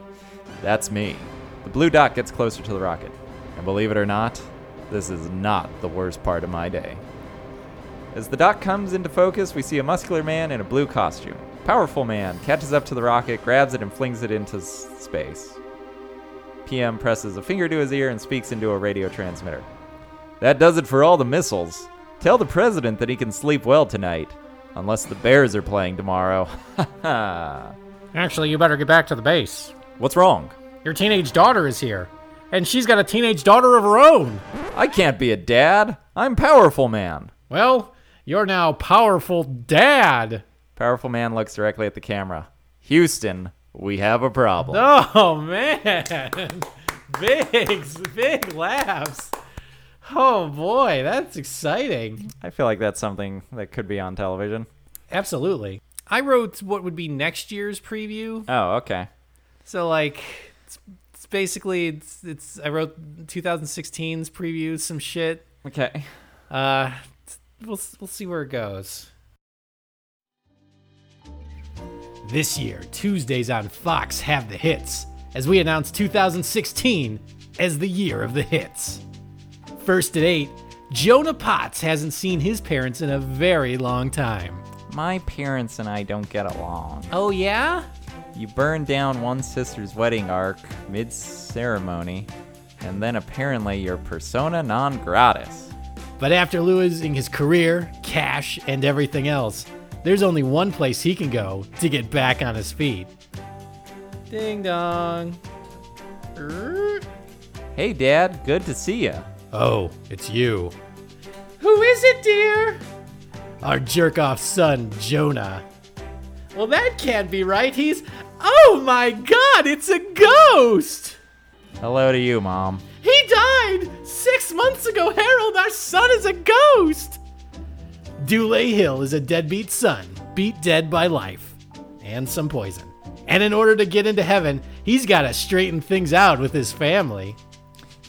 That's me. The blue dot gets closer to the rocket. And believe it or not, this is not the worst part of my day. As the dock comes into focus, we see a muscular man in a blue costume. Powerful man catches up to the rocket, grabs it, and flings it into s- space. PM presses a finger to his ear and speaks into a radio transmitter. That does it for all the missiles. Tell the president that he can sleep well tonight, unless the Bears are playing tomorrow. (laughs)
Actually, you better get back to the base.
What's wrong?
Your teenage daughter is here, and she's got a teenage daughter of her own.
I can't be a dad. I'm powerful man.
Well, you're now powerful dad.
Powerful man looks directly at the camera. Houston, we have a problem.
Oh man, (laughs) big big laughs. Oh boy, that's exciting.
I feel like that's something that could be on television.
Absolutely. I wrote what would be next year's preview.
Oh, okay.
So like, it's, it's basically it's, it's I wrote 2016's preview, some shit.
Okay.
Uh, we'll we'll see where it goes. This year, Tuesdays on Fox have the hits as we announce 2016 as the year of the hits. First at 8, Jonah Potts hasn't seen his parents in a very long time.
My parents and I don't get along.
Oh, yeah?
You burned down one sister's wedding arc mid ceremony, and then apparently you're persona non gratis.
But after losing his career, cash, and everything else, there's only one place he can go to get back on his feet. Ding dong. Er.
Hey, Dad, good to see ya.
Oh, it's you. Who is it, dear? Our jerk off son, Jonah. Well, that can't be right. He's. Oh my god, it's a ghost!
Hello to you, Mom.
He died! Six months ago, Harold, our son is a ghost! Dule Hill is a deadbeat son, beat dead by life and some poison. And in order to get into heaven, he's got to straighten things out with his family.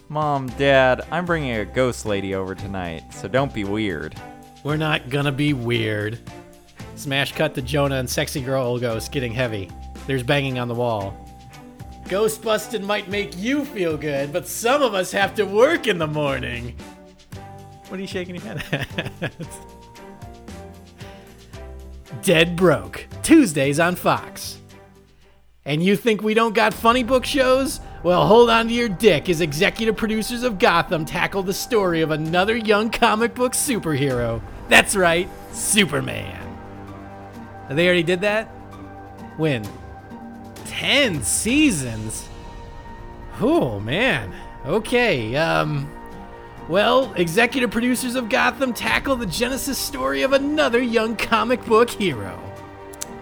Mom, Dad, I'm bringing a ghost lady over tonight, so don't be weird.
We're not gonna be weird. Smash cut to Jonah and sexy girl ghost getting heavy. There's banging on the wall. Ghost busting might make you feel good, but some of us have to work in the morning. What are you shaking your head at? (laughs) Dead Broke, Tuesdays on Fox. And you think we don't got funny book shows? Well, hold on to your dick as executive producers of Gotham tackle the story of another young comic book superhero. That's right, Superman. They already did that? When? 10 seasons? Oh, man. Okay, um. Well, executive producers of Gotham tackle the genesis story of another young comic book hero.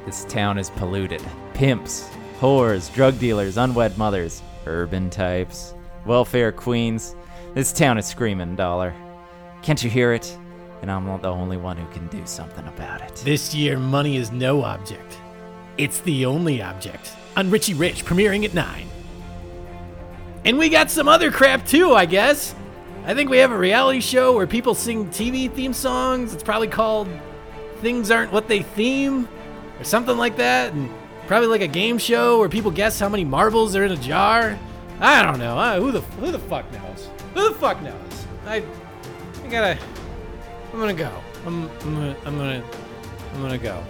This town is polluted. Pimps, whores, drug dealers, unwed mothers, urban types, welfare queens. This town is screaming, Dollar. Can't you hear it? And I'm not the only one who can do something about it.
This year, money is no object. It's the only object. On Richie Rich, premiering at 9. And we got some other crap too, I guess. I think we have a reality show where people sing TV theme songs. It's probably called Things Aren't What They Theme or something like that. And probably like a game show where people guess how many marbles are in a jar. I don't know. Uh, who the who the fuck knows? Who the fuck knows? I I gotta I'm gonna go. I'm, I'm gonna I'm gonna I'm gonna go.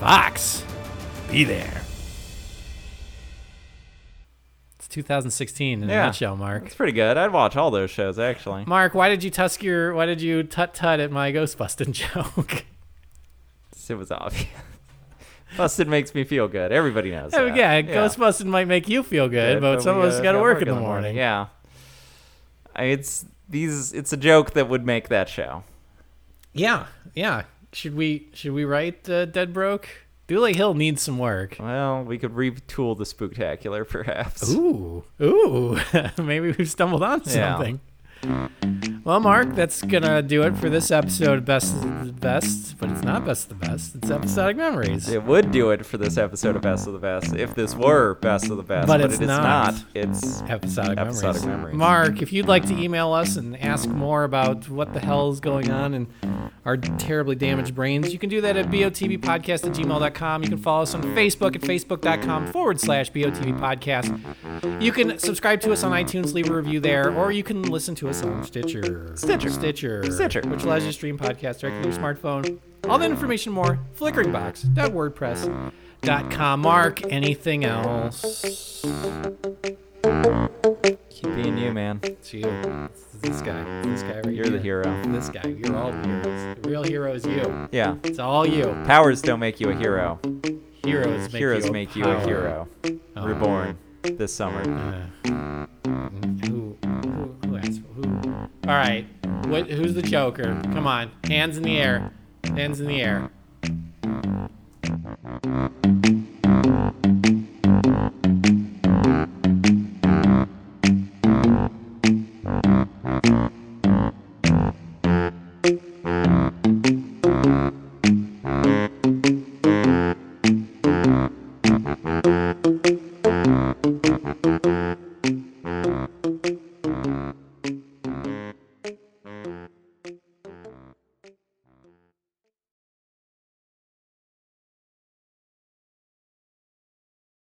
Fox, be there. It's 2016 in a
Yeah.
nutshell, Mark.
It's pretty good. I'd watch all those shows, actually.
Mark, why did you tusk your? Why did you tut tut at my Ghostbusting (laughs) joke?
It was obvious. (laughs) Busted makes me feel good. Everybody knows.
Oh, (laughs) yeah,
that.
Ghostbusting might make you feel good,
Yeah,
but, some
we
of us got to
gotta
work, in the morning.
Yeah, I mean, it's these. It's a joke that would make that show.
yeah, yeah. Should we should we write uh, Dead Broke? Dooley Hill needs some work.
Well, we could retool the spooktacular, (laughs) perhaps.
Ooh, ooh. (laughs) Maybe we've stumbled on
Yeah.
something. Well, Mark, that's gonna do it for this episode. of Best of the best, but it's not best of the best. It's episodic memories.
It would do it for this episode of Best of the Best if this were Best of the Best,
But
but,
it's
it is
not.
not. It's
Episodic,
Episodic memories.
Mark, if you'd like to email us and ask more about what the hell's going on in our terribly damaged brains, you can do that at botbpodcast at gmail.com. You can follow us on Facebook at facebook.com forward slash botbpodcast. You can subscribe to us on iTunes, leave a review there, or you can listen to us on Stitcher. Stitcher. Stitcher.
Stitcher.
Which allows you to stream podcasts directly to your smartphone. All that information and more, flickeringbox.wordpress.com. Mark, anything else?
keep being you, man.
It's you. It's this guy. It's this guy right
You're
here.
the hero.
This guy. You're all heroes. The real hero is you.
Yeah.
It's all you.
Powers don't make you a hero.
Heroes make
Heroes
you a
make you
power.
a
Oh.
hero. Reborn this summer.
Who? Who? Who? Asked, who? All right. What? Who's the Joker? Come on. Hands in the air. Hands in the air.